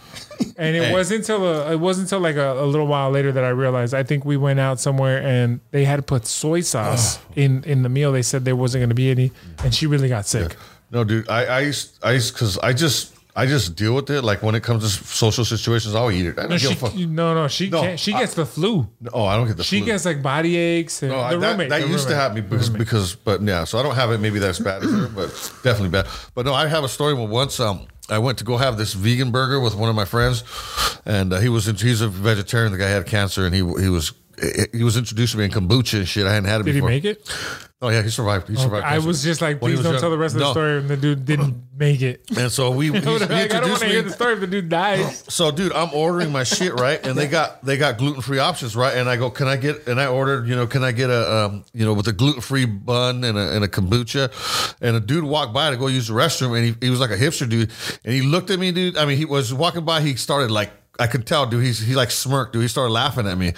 [SPEAKER 3] And it
[SPEAKER 2] Uh-huh. Hey.
[SPEAKER 3] wasn't until a, it wasn't until like a, a little while later that I realized. I think we went out somewhere and they had to put soy sauce
[SPEAKER 2] Oh.
[SPEAKER 3] in in the meal. They said there wasn't going to be any, and she really got sick.
[SPEAKER 2] No, dude, I, I, used- I, because I just, I just deal with it. Like when it comes to s- social situations, I'll eat it. I don't
[SPEAKER 3] No,
[SPEAKER 2] give
[SPEAKER 3] she,
[SPEAKER 2] a fuck.
[SPEAKER 3] no, no, she
[SPEAKER 2] No,
[SPEAKER 3] can't, she
[SPEAKER 2] I-
[SPEAKER 3] gets the flu.
[SPEAKER 2] Oh, I don't get the.
[SPEAKER 3] She
[SPEAKER 2] flu.
[SPEAKER 3] gets like body aches. And
[SPEAKER 2] No, Oh, I-
[SPEAKER 3] the
[SPEAKER 2] that,
[SPEAKER 3] roommate
[SPEAKER 2] that
[SPEAKER 3] the
[SPEAKER 2] used to
[SPEAKER 3] roommate.
[SPEAKER 2] happen because, because, but yeah, so I don't have it. Maybe that's bad, as her, but definitely bad. But no, I have a story. Where once, um, I went to go have this vegan burger with one of my friends, and uh, he was in, he's a vegetarian. The guy had cancer, and he he was he was introducing me in kombucha and shit. I hadn't had it
[SPEAKER 3] Did he
[SPEAKER 2] before.
[SPEAKER 3] make it?
[SPEAKER 2] Oh yeah, he survived. He survived.
[SPEAKER 3] I
[SPEAKER 2] cancer.
[SPEAKER 3] was just like,
[SPEAKER 2] When he
[SPEAKER 3] please
[SPEAKER 2] was
[SPEAKER 3] don't
[SPEAKER 2] young.
[SPEAKER 3] tell the rest of the
[SPEAKER 2] No.
[SPEAKER 3] story. And the dude didn't make it.
[SPEAKER 2] And so we, he, he
[SPEAKER 3] I was like, I don't
[SPEAKER 2] introduced
[SPEAKER 3] want to
[SPEAKER 2] me.
[SPEAKER 3] hear the story if the dude dies.
[SPEAKER 2] so dude i'm ordering my shit right and they got they got gluten-free options right and i go can i get and i ordered you know can i get a um, you know with a gluten-free bun and a, and a kombucha and a dude walked by to go use the restroom and he, he was like a hipster dude and he looked at me dude i mean he was walking by he started like I could tell, dude. He's, he like smirked, dude. He started laughing at me,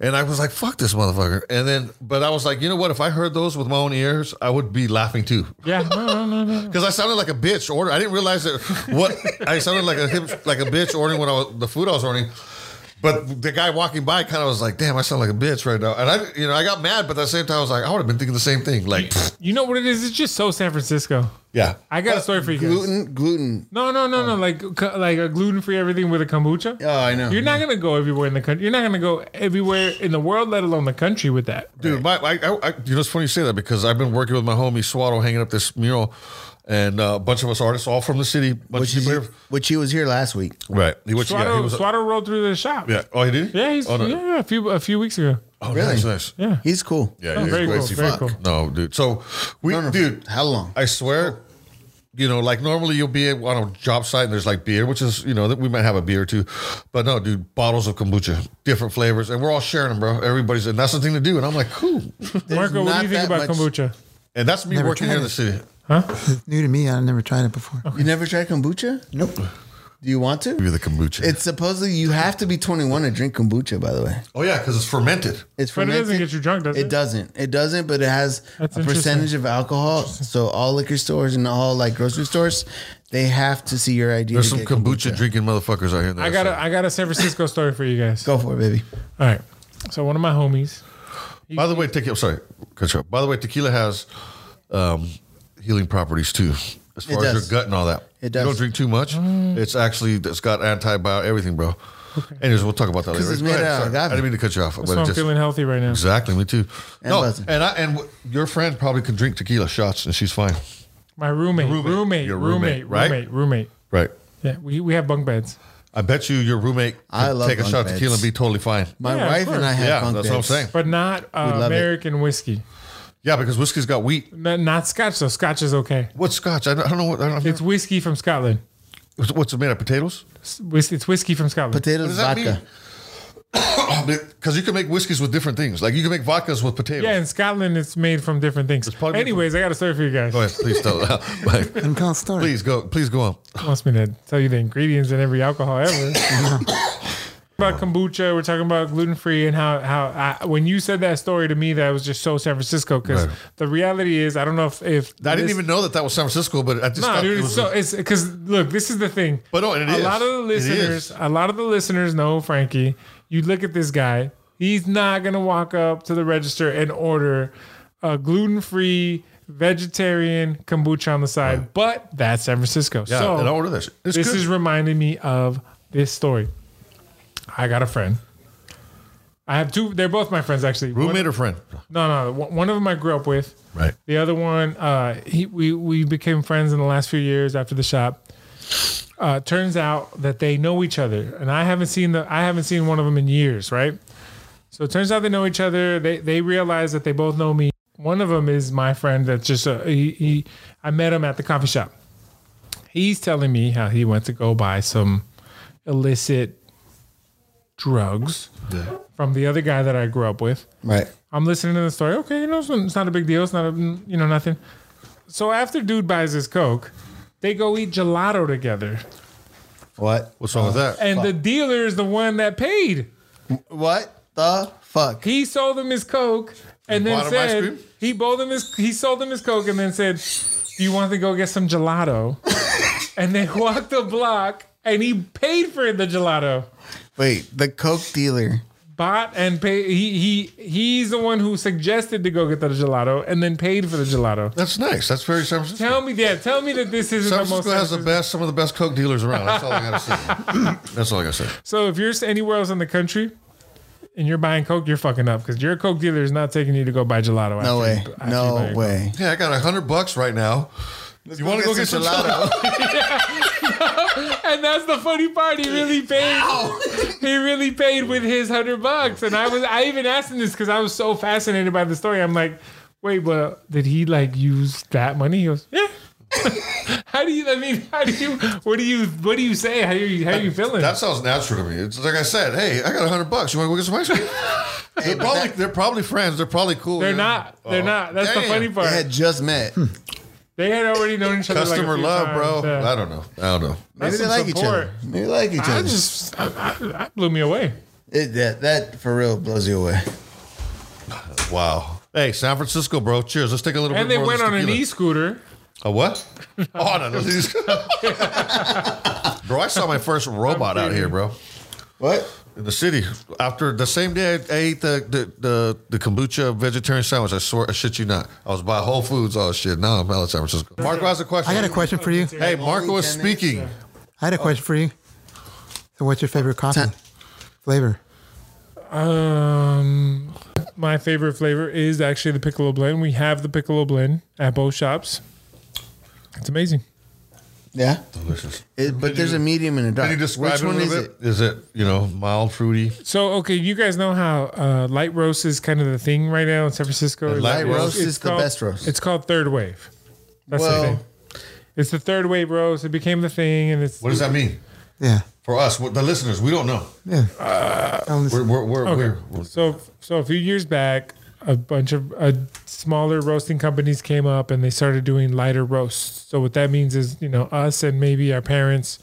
[SPEAKER 2] and I was like, "Fuck this motherfucker!" And then, but I was like, you know what? If I heard those with my own ears, I would be laughing too.
[SPEAKER 3] Yeah, no, no, no, no.
[SPEAKER 2] Because I sounded like a bitch order. I didn't realize that what I sounded like a hip, like a bitch ordering when I was the food I was ordering. But the guy walking by kind of was like, "Damn, I sound like a bitch right now." And I, you know, I got mad, but at the same time, I was like, "I would have been thinking the same thing." Like,
[SPEAKER 3] You know what it is? It's just so San Francisco.
[SPEAKER 2] yeah,
[SPEAKER 3] I got a story for you guys.
[SPEAKER 1] Gluten, gluten.
[SPEAKER 3] No, no,
[SPEAKER 2] Oh.
[SPEAKER 3] no, no. Like, co- like a gluten free everything with a kombucha.
[SPEAKER 1] Oh, I know.
[SPEAKER 3] You're not gonna go everywhere in the country. You're not gonna go everywhere in the world, let alone the country, with that.
[SPEAKER 2] dude. My, I, I, I- you know, it's funny you say that because I've been working with my homie Swato hanging up this mural, and uh, a bunch of us artists, all from the city, bunch
[SPEAKER 1] which,
[SPEAKER 2] of
[SPEAKER 1] is,
[SPEAKER 2] people,
[SPEAKER 1] which he was here last week.
[SPEAKER 2] right? He, which, yeah, he
[SPEAKER 3] Swato,
[SPEAKER 2] was,
[SPEAKER 3] Swato rolled through the shop.
[SPEAKER 2] yeah. Oh, he did.
[SPEAKER 3] yeah, he's
[SPEAKER 2] oh, no.
[SPEAKER 3] yeah, yeah, a few a few weeks ago.
[SPEAKER 2] Oh,
[SPEAKER 1] Really?
[SPEAKER 2] nice, nice.
[SPEAKER 3] Yeah,
[SPEAKER 1] He's cool.
[SPEAKER 2] Yeah,
[SPEAKER 3] Oh,
[SPEAKER 2] you're
[SPEAKER 3] very cool,
[SPEAKER 2] crazy.
[SPEAKER 3] very
[SPEAKER 2] Fuck.
[SPEAKER 3] cool.
[SPEAKER 2] No, dude. So we,
[SPEAKER 1] No, no,
[SPEAKER 2] dude.
[SPEAKER 1] How long?
[SPEAKER 2] I swear, you know, like normally you'll be at- on a job site and there's like beer, which is, you know, that we might have a beer too. But no, dude, bottles of kombucha, different flavors. And we're all sharing them, bro. Everybody's, and that's the thing to do. And I'm like, cool.
[SPEAKER 3] Marco, what
[SPEAKER 1] not
[SPEAKER 3] do you
[SPEAKER 1] that
[SPEAKER 3] think about
[SPEAKER 1] much-
[SPEAKER 3] kombucha?
[SPEAKER 2] And that's me
[SPEAKER 5] Never
[SPEAKER 2] working here in
[SPEAKER 5] tried
[SPEAKER 2] the
[SPEAKER 5] it.
[SPEAKER 2] city.
[SPEAKER 5] It's new to me. I've never tried it before.
[SPEAKER 1] You never tried kombucha?
[SPEAKER 5] Nope.
[SPEAKER 1] Do you want to?
[SPEAKER 2] Give you the kombucha.
[SPEAKER 1] It's supposedly you have to be 21 to drink kombucha. By the way,
[SPEAKER 2] oh, yeah, because it's fermented.
[SPEAKER 1] it's
[SPEAKER 3] But it doesn't
[SPEAKER 1] fermented.
[SPEAKER 3] get you drunk, does it?
[SPEAKER 1] It doesn't. It doesn't. But it has
[SPEAKER 3] That's
[SPEAKER 1] a percentage of alcohol. So all liquor stores and all like grocery stores, they have to see your ID.
[SPEAKER 2] There's
[SPEAKER 1] to
[SPEAKER 2] some
[SPEAKER 1] get
[SPEAKER 2] kombucha, drinking motherfuckers out here.
[SPEAKER 3] I got a, I got a San Francisco story for you guys.
[SPEAKER 1] Go for it, baby.
[SPEAKER 3] All right. So one of my homies,
[SPEAKER 2] By the way, tequila. Sorry, cut you off. By the way, tequila has um, healing properties too, as far as
[SPEAKER 1] does.
[SPEAKER 2] your gut and all that.
[SPEAKER 1] It
[SPEAKER 2] You
[SPEAKER 1] does. Mm.
[SPEAKER 2] don't drink too much. It's actually it's got antibiotic everything, bro. Anyways, we'll talk about that later.
[SPEAKER 1] it's
[SPEAKER 2] Go
[SPEAKER 1] made
[SPEAKER 2] ahead,
[SPEAKER 1] out of
[SPEAKER 2] sorry. I
[SPEAKER 1] agave.
[SPEAKER 2] didn't mean to cut you off.
[SPEAKER 3] so
[SPEAKER 2] it
[SPEAKER 3] I'm feeling healthy right now.
[SPEAKER 2] exactly me too. no,
[SPEAKER 1] buzzing.
[SPEAKER 2] and I and w- your friend probably could drink tequila shots and she's fine,
[SPEAKER 3] My
[SPEAKER 2] Your roommate.
[SPEAKER 3] roommate, roommate, roommate,
[SPEAKER 2] Your
[SPEAKER 3] roommate,
[SPEAKER 2] roommate, right?
[SPEAKER 3] roommate,
[SPEAKER 2] right?
[SPEAKER 3] Yeah, we, we have bunk beds.
[SPEAKER 2] I bet you your roommate could
[SPEAKER 1] I love
[SPEAKER 2] take a
[SPEAKER 1] bunk
[SPEAKER 2] shot of
[SPEAKER 1] beds.
[SPEAKER 2] tequila and be totally fine.
[SPEAKER 1] My
[SPEAKER 3] Yeah, of
[SPEAKER 1] wife
[SPEAKER 3] course.
[SPEAKER 1] and I have
[SPEAKER 2] Yeah,
[SPEAKER 1] bunk
[SPEAKER 2] that's what I'm
[SPEAKER 1] beds.
[SPEAKER 2] saying.
[SPEAKER 3] but not uh,
[SPEAKER 1] love it.
[SPEAKER 3] American whiskey.
[SPEAKER 2] Yeah, because whiskey's got wheat.
[SPEAKER 3] Not, not Scotch though. Scotch is okay.
[SPEAKER 2] What scotch? I don't, I don't know what. I don't know.
[SPEAKER 3] It's whiskey from Scotland.
[SPEAKER 2] What's- what's it made of? Potatoes.
[SPEAKER 3] It's whis- it's whiskey from Scotland.
[SPEAKER 1] Potatoes,
[SPEAKER 2] What
[SPEAKER 1] vodka.
[SPEAKER 2] does that mean? Because you can make whiskeys with different things. Like you can make vodkas with potatoes.
[SPEAKER 3] yeah, in Scotland, it's made from different things.
[SPEAKER 2] probably-
[SPEAKER 3] Anyways, I got a story for you guys.
[SPEAKER 2] Go ahead, please tell.
[SPEAKER 5] I'm telling story.
[SPEAKER 2] please go. Please go on.
[SPEAKER 3] Wants me to tell you the ingredients in every alcohol ever. about kombucha, we're talking about gluten free, and how how I, when you said that story to me, that was just so San Francisco. Because
[SPEAKER 2] Right.
[SPEAKER 3] the reality is, I don't know if if
[SPEAKER 2] I didn't
[SPEAKER 3] this-
[SPEAKER 2] even know that that was San Francisco, but I just
[SPEAKER 3] No,
[SPEAKER 2] thought
[SPEAKER 3] dude,
[SPEAKER 2] it
[SPEAKER 3] it's
[SPEAKER 2] was.
[SPEAKER 3] so it's because look, this is the thing.
[SPEAKER 2] But no, and it
[SPEAKER 3] a
[SPEAKER 2] is.
[SPEAKER 3] lot of the
[SPEAKER 2] It is.
[SPEAKER 3] listeners, a lot of the listeners know Frankie. You look at this guy; he's not gonna walk up to the register and order a gluten-free vegetarian kombucha on the side. But that's San Francisco.
[SPEAKER 2] yeah,
[SPEAKER 3] so
[SPEAKER 2] and I ordered that. Shit. It's
[SPEAKER 3] this
[SPEAKER 2] good.
[SPEAKER 3] is reminding me of this story. I got a friend. I have two. They're both my friends, actually. One-
[SPEAKER 2] roommate or friend,
[SPEAKER 3] no, no. One one of them I grew up with.
[SPEAKER 2] right?
[SPEAKER 3] The other one, uh, he, we we became friends in the last few years after the shop. Uh, turns out that they know each other, and I haven't seen the I haven't seen one of them in years, right? So it turns out they know each other. They they realize that they both know me. One of them is my friend. That's just a, he, he. I met him at the coffee shop. He's telling me how he went to go buy some illicit drugs from the other guy that I grew up with.
[SPEAKER 1] Right.
[SPEAKER 3] I'm listening to the story. Okay, you know, it's not- it's not a big deal. It's not a, you know, nothing. So after dude buys his Coke, they go eat gelato together.
[SPEAKER 1] What?
[SPEAKER 2] What's wrong with that?
[SPEAKER 3] And the dealer is the one that paid.
[SPEAKER 1] What the fuck?
[SPEAKER 3] He sold him his Coke and then
[SPEAKER 2] bought him ice
[SPEAKER 3] said,
[SPEAKER 2] cream?
[SPEAKER 3] he bought him his, he sold him his Coke and then said, do you want to go get some gelato? and they walked the block and he paid for the gelato.
[SPEAKER 1] Wait, the coke dealer.
[SPEAKER 3] Bought and paid. He, he, he's the one who suggested to go get the gelato and then paid for the gelato.
[SPEAKER 2] That's nice. That's very San Francisco.
[SPEAKER 3] Tell me that. Tell me that this isn't
[SPEAKER 2] San
[SPEAKER 3] the most.
[SPEAKER 2] Francisco has the best, some of the best coke dealers around. That's all I gotta say. That's all I gotta say.
[SPEAKER 3] So if you're anywhere else in the country and you're buying coke, you're fucking up because your coke dealer is not taking you to go buy gelato.
[SPEAKER 1] No way.
[SPEAKER 3] after you- after you buy
[SPEAKER 1] No
[SPEAKER 3] your
[SPEAKER 1] way.
[SPEAKER 2] Yeah, I got a hundred bucks right now. you want to go get some gelato?
[SPEAKER 3] Coke. And that's the funny part. He really paid. he really paid with his hundred bucks. And I was, I even asked him this because I was so fascinated by the story. I'm like, wait, but did he like use that money? He goes, yeah. how do you? I mean, how do you? What do you? What do you say? How are you? How are you feeling?
[SPEAKER 2] That sounds natural to me. It's like I said, hey, I got a hundred bucks. You want to go get some ice cream? they're probably they're probably friends. They're probably cool.
[SPEAKER 3] they're not. They're
[SPEAKER 2] Oh.
[SPEAKER 3] not. That's the
[SPEAKER 2] Damn.
[SPEAKER 3] funny
[SPEAKER 1] They
[SPEAKER 3] part.
[SPEAKER 1] had just met.
[SPEAKER 3] They had already known each other. like, a
[SPEAKER 2] Customer
[SPEAKER 3] few
[SPEAKER 2] love,
[SPEAKER 3] times,
[SPEAKER 2] bro.
[SPEAKER 3] yeah.
[SPEAKER 2] I don't know. I don't know.
[SPEAKER 1] Maybe they
[SPEAKER 3] some
[SPEAKER 1] like each other.
[SPEAKER 3] support.
[SPEAKER 1] Maybe they like each
[SPEAKER 3] I
[SPEAKER 1] other.
[SPEAKER 3] just I, I, I blew me away.
[SPEAKER 1] It, that, that for real blows you away.
[SPEAKER 2] Wow. Hey, San Francisco, bro. Cheers. Let's take a little
[SPEAKER 3] And
[SPEAKER 2] bit
[SPEAKER 3] they
[SPEAKER 2] more. of
[SPEAKER 3] went
[SPEAKER 2] this
[SPEAKER 3] on an
[SPEAKER 2] tequila.
[SPEAKER 3] e-scooter.
[SPEAKER 2] A what? oh, on an e- Bro, I saw my first robot out here, bro.
[SPEAKER 1] What?
[SPEAKER 2] In the city. After the same day I ate the the, the, the kombucha vegetarian sandwich, I swear, I shit you not. I was by Whole Foods. Oh, shit. No, I'm out of San Francisco. Marco has a question.
[SPEAKER 5] I got a question for you.
[SPEAKER 2] Hey, Marco is
[SPEAKER 1] Only 10 minutes,
[SPEAKER 2] speaking.
[SPEAKER 5] I had a question for you. So, what's your favorite coffee flavor?
[SPEAKER 3] Um, my favorite flavor is actually the piccolo blend. We have the piccolo blend at both shops. It's amazing.
[SPEAKER 1] Yeah.
[SPEAKER 2] Delicious.
[SPEAKER 1] It, but there's a medium and a dark.
[SPEAKER 2] Can you describe
[SPEAKER 1] Which
[SPEAKER 2] it a
[SPEAKER 1] one
[SPEAKER 2] little
[SPEAKER 1] is
[SPEAKER 2] bit?
[SPEAKER 1] it?
[SPEAKER 2] Is it, you know, mild, fruity?
[SPEAKER 3] So okay, you guys know how uh, light roast is kind of the thing right now in San Francisco.
[SPEAKER 2] light
[SPEAKER 3] It's-
[SPEAKER 1] roast
[SPEAKER 3] it's
[SPEAKER 1] is the best roast.
[SPEAKER 3] It's called third wave. That's the
[SPEAKER 1] Well,
[SPEAKER 3] thing. It's the third wave, bro. So it became the thing, and it's
[SPEAKER 2] What does that mean
[SPEAKER 5] Yeah.
[SPEAKER 2] for us, what, the listeners? We don't know.
[SPEAKER 5] Yeah.
[SPEAKER 2] Uh,
[SPEAKER 5] Um,
[SPEAKER 2] We're we're we're, we're, we're
[SPEAKER 3] So, so a few years back, a bunch of uh, smaller roasting companies came up and they started doing lighter roasts. So what that means is, you know, us and maybe our parents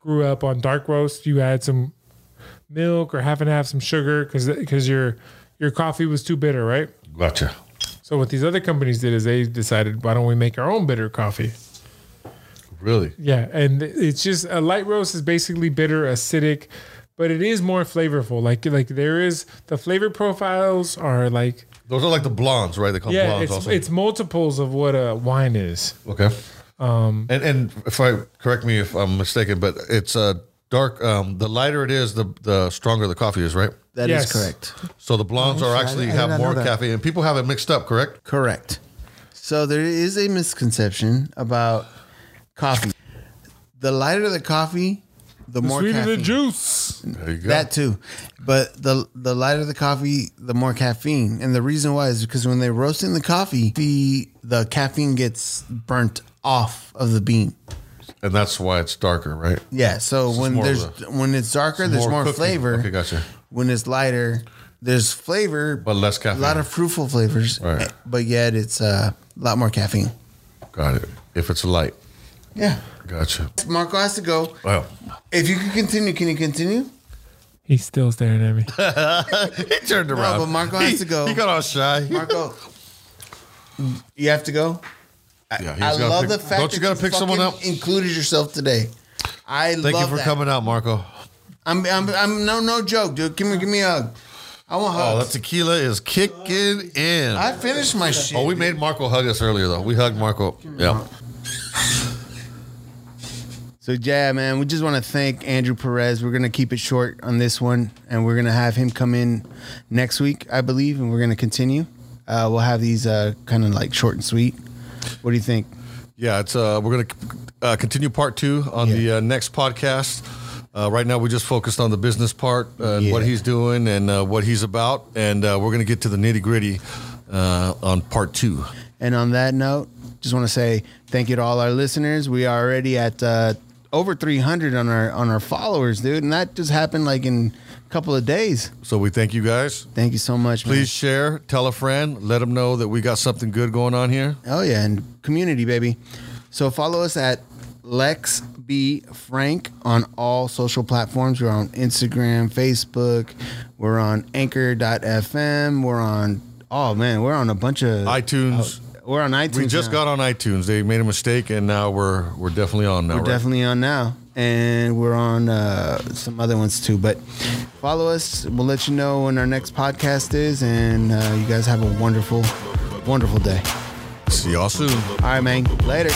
[SPEAKER 3] grew up on dark roast. You add some milk or half and half some sugar because because your your coffee was too bitter, right?
[SPEAKER 2] gotcha.
[SPEAKER 3] So what these other companies did is they decided, why don't we make our own bitter coffee?
[SPEAKER 2] Really?
[SPEAKER 3] Yeah, and it's just a light roast is basically bitter, acidic, but it is more flavorful. Like like there is the flavor profiles are like
[SPEAKER 2] Those are like the blondes, right? They call
[SPEAKER 3] yeah,
[SPEAKER 2] blondes
[SPEAKER 3] it's
[SPEAKER 2] also.
[SPEAKER 3] it's multiples of what a wine is.
[SPEAKER 2] okay. Um, and and if I correct me if I'm mistaken, but it's uh, dark. Um, the lighter it is, the the stronger the coffee is, right?
[SPEAKER 1] That is
[SPEAKER 3] Yes.
[SPEAKER 1] correct.
[SPEAKER 2] So the blondes are
[SPEAKER 5] I-
[SPEAKER 2] actually
[SPEAKER 5] I did
[SPEAKER 2] have
[SPEAKER 5] not know
[SPEAKER 2] more
[SPEAKER 5] that.
[SPEAKER 2] caffeine, and people have it mixed up, correct?
[SPEAKER 1] Correct. So there is a misconception about coffee. The lighter the coffee, the more
[SPEAKER 3] Sweeter
[SPEAKER 1] caffeine.
[SPEAKER 3] than juice.
[SPEAKER 2] There you go.
[SPEAKER 1] That too, but the the lighter the coffee, the more caffeine, and the reason why is because when they're roasting the coffee, the the caffeine gets burnt off of the bean.
[SPEAKER 2] and that's why it's darker, right?
[SPEAKER 1] Yeah, so when
[SPEAKER 2] more of
[SPEAKER 1] there's when it's darker, there's more,
[SPEAKER 2] cooking.
[SPEAKER 1] flavor.
[SPEAKER 2] Okay, gotcha.
[SPEAKER 1] When it's lighter, there's flavor,
[SPEAKER 2] But less
[SPEAKER 1] a
[SPEAKER 2] caffeine.
[SPEAKER 1] lot of fruitful flavors, eh,
[SPEAKER 2] Right.
[SPEAKER 1] but yet it's uh, a lot more caffeine.
[SPEAKER 2] Got it. If it's light,
[SPEAKER 1] Yeah,
[SPEAKER 2] gotcha.
[SPEAKER 1] Marco has to go.
[SPEAKER 2] Wow.
[SPEAKER 1] If you can continue, can you continue?
[SPEAKER 3] He's still staring at me.
[SPEAKER 2] He turned around.
[SPEAKER 1] but Marco
[SPEAKER 2] he,
[SPEAKER 1] has to go.
[SPEAKER 2] He got all shy.
[SPEAKER 1] Marco, you have to go.
[SPEAKER 2] Yeah, he's
[SPEAKER 1] I
[SPEAKER 2] gotta
[SPEAKER 1] love
[SPEAKER 2] pick-
[SPEAKER 1] the fact
[SPEAKER 2] Don't you
[SPEAKER 1] that
[SPEAKER 2] gotta pick someone
[SPEAKER 1] fucking
[SPEAKER 2] up?
[SPEAKER 1] Included yourself today. I
[SPEAKER 2] Thank
[SPEAKER 1] love
[SPEAKER 2] you for
[SPEAKER 1] that.
[SPEAKER 2] coming out, Marco.
[SPEAKER 1] I'm, I'm, I'm no no joke, dude. Give me give me a hug. I want
[SPEAKER 2] Oh, that
[SPEAKER 1] hugs.
[SPEAKER 2] tequila is kicking in.
[SPEAKER 1] I finished my shit.
[SPEAKER 2] Oh, we made Marco hug us earlier though. We hugged Marco. Yeah.
[SPEAKER 1] So yeah, man, we just want to thank Andrew Perez. We're gonna keep it short on this one, and we're gonna have him come in next week, I believe, and we're gonna continue. Uh, we'll have these uh, kind of like short and sweet. What do you think?
[SPEAKER 2] Yeah, it's uh, we're gonna uh, continue part two on
[SPEAKER 1] Yeah.
[SPEAKER 2] the uh, next podcast. Uh, right now, we just focused on the business part uh, and what
[SPEAKER 1] Yeah.
[SPEAKER 2] he's doing and uh, what he's about, and uh, we're gonna get to the nitty gritty uh, on part two.
[SPEAKER 1] And on that note, just want to say thank you to all our listeners. We are already at uh, over 300 on our on our followers, dude, and that just happened like in a couple of days.
[SPEAKER 2] So we thank you guys.
[SPEAKER 1] Thank you so much, man.
[SPEAKER 2] Please share, tell a friend, let them know that we got something good going on here.
[SPEAKER 1] Oh yeah, and community, baby. So follow us at Lex B Frank on all social platforms. We're on Instagram, Facebook, we're on anchor.fm, we're on oh man, we're on a bunch of
[SPEAKER 2] iTunes.
[SPEAKER 1] we're on Oh, iTunes.
[SPEAKER 2] we just
[SPEAKER 1] now.
[SPEAKER 2] got on iTunes. They made a mistake, and now we're we're definitely on now.
[SPEAKER 1] We're
[SPEAKER 2] right?
[SPEAKER 1] definitely on now. And we're on uh, some other ones too. But follow us. We'll let you know when our next podcast is. And uh, you guys have a wonderful, wonderful day.
[SPEAKER 2] See y'all soon.
[SPEAKER 1] All right, man. Later.